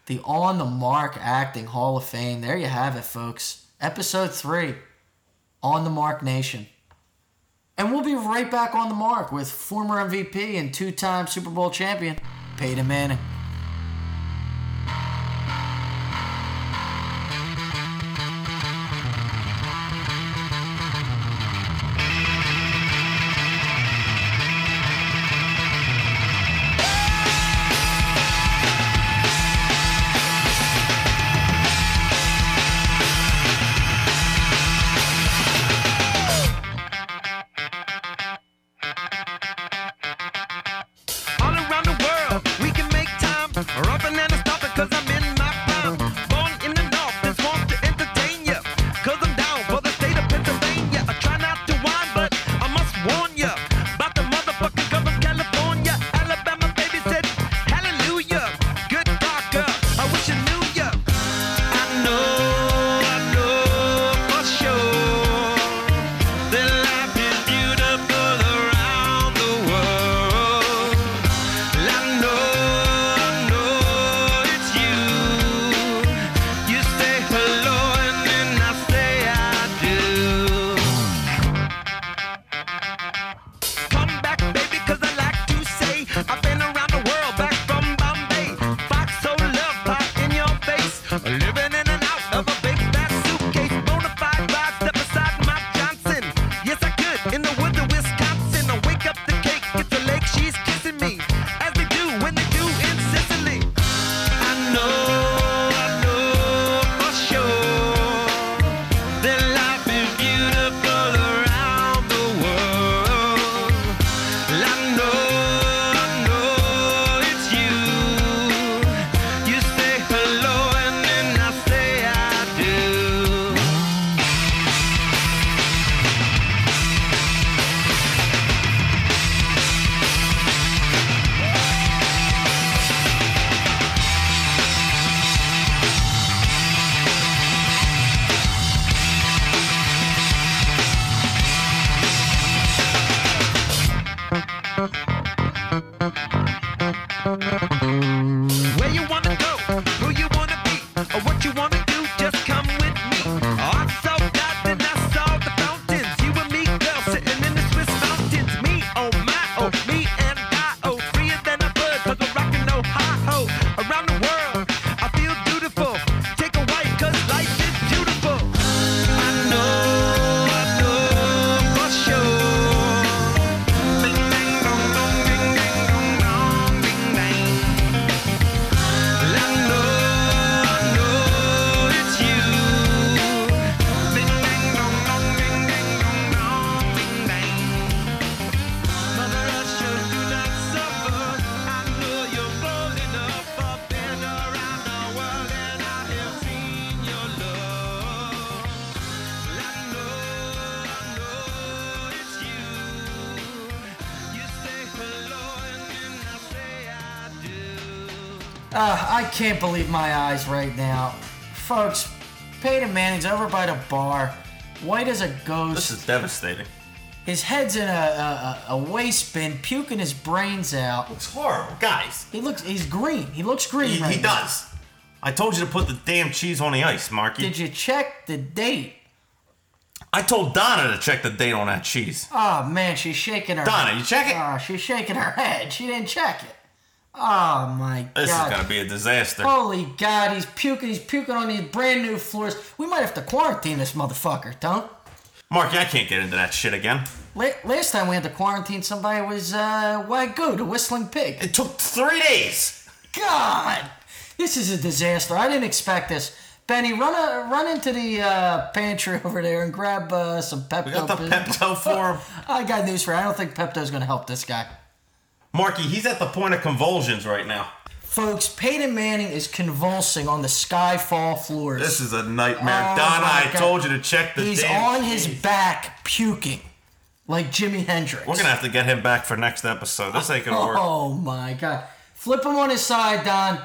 D: The On the Mark Acting Hall of Fame. There you have it, folks. Episode three On the Mark Nation. And we'll be right back on the mark with former MVP and two time Super Bowl champion, Peyton Manning.
N: All around the world, we can make time.
D: Uh, I can't believe my eyes right now. Folks, Peyton Manning's over by the bar, white as a ghost.
E: This is devastating.
D: His head's in a, a, a a waste bin, puking his brains out.
E: Looks horrible, guys.
D: He looks he's green. He looks green.
E: He,
D: right
E: he
D: now.
E: does. I told you to put the damn cheese on the ice, Marky.
D: Did you check the date?
E: I told Donna to check the date on that cheese.
D: Oh man, she's shaking her.
E: Donna, you check it?
D: Oh, she's shaking her head. She didn't check it. Oh my
E: This
D: god. Oh.
E: is gonna be a disaster.
D: Holy God, he's puking. He's puking on these brand new floors. We might have to quarantine this motherfucker, don't?
E: Marky, I can't get into that shit again.
D: La- last time we had to quarantine somebody was uh, Wagyu, the whistling pig.
E: It took three days.
D: God, this is a disaster. I didn't expect this. Benny, run uh run into the uh, pantry [LAUGHS] over there and grab uh, some Pepto.
E: got the
D: [LAUGHS]
E: Pepto for him.
D: I got news for you. I don't think Pepto's going to help this guy.
E: Marky, he's at the point of convulsions right now.
D: Folks, Peyton Manning is convulsing on the Skyfall floors.
E: This is a nightmare.
D: Oh,
E: Donna,
D: my
E: I
D: God.
E: told you to check the
D: He's
E: damn
D: on his back puking like Jimi Hendrix.
E: We're gonna have to get him back for next episode. This ain't gonna work.
D: Oh my god. Flip him on his side, Don.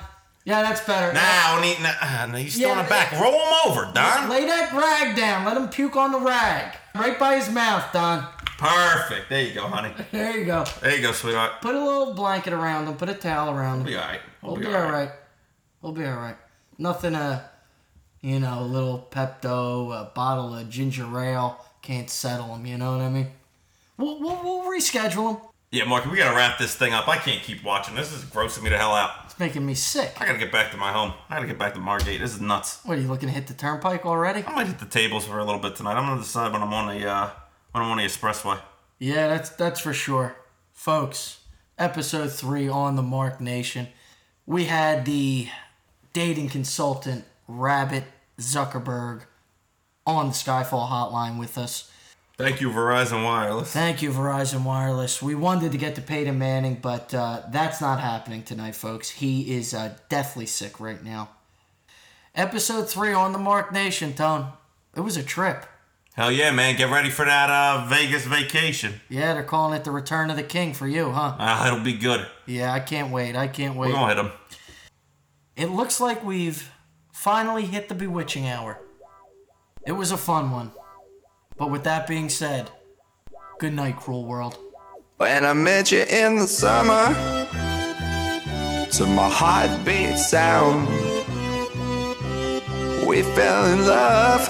D: Yeah, that's better.
E: Now, nah, nah, nah, he's still in
D: Yeah,
E: the back. Roll him over, Don.
D: Lay that rag down. Let him puke on the rag. Right by his mouth, Don.
E: Perfect. There you go, honey.
D: There you go.
E: There you go, sweetheart.
D: Put a little blanket around him. Put a towel around him.
E: We'll be all right.
D: We'll, be, all right. We'll be all right. Nothing, uh, you know, a little Pepto, a bottle of ginger ale can't settle him. You know what I mean? We'll, we'll, we'll reschedule him.
E: Yeah, Marky, we gotta wrap this thing up. I can't keep watching. This is grossing me the hell out.
D: It's making me sick.
E: I gotta get back to my home. I gotta get back to Margate. This is nuts.
D: What are you looking to hit the turnpike already?
E: I might hit the tables for a little bit tonight. I'm gonna decide when I'm on the uh, when I'm on the expressway.
D: Yeah, that's that's for sure, folks. Episode three on the Mark Nation. We had the dating consultant Rabbit Zuckerberg on the Skyfall Hotline with us.
E: Thank you, Verizon Wireless.
D: Thank you, Verizon Wireless. We wanted to get to Peyton Manning, but uh, that's not happening tonight, folks. He is uh, deathly sick right now. Episode three on the Mark Nation, Tone. It was a trip.
E: Hell yeah, man! Get ready for that uh, Vegas vacation.
D: Yeah, they're calling it the Return of the King for you, huh?
E: Ah, it'll be good.
D: Yeah, I can't wait. I can't wait.
E: We're gonna hit him.
D: It looks like we've finally hit the bewitching hour. It was a fun one. But with that being said, good night, cruel world.
N: When I met you in the summer, to my heartbeat sound, we fell in love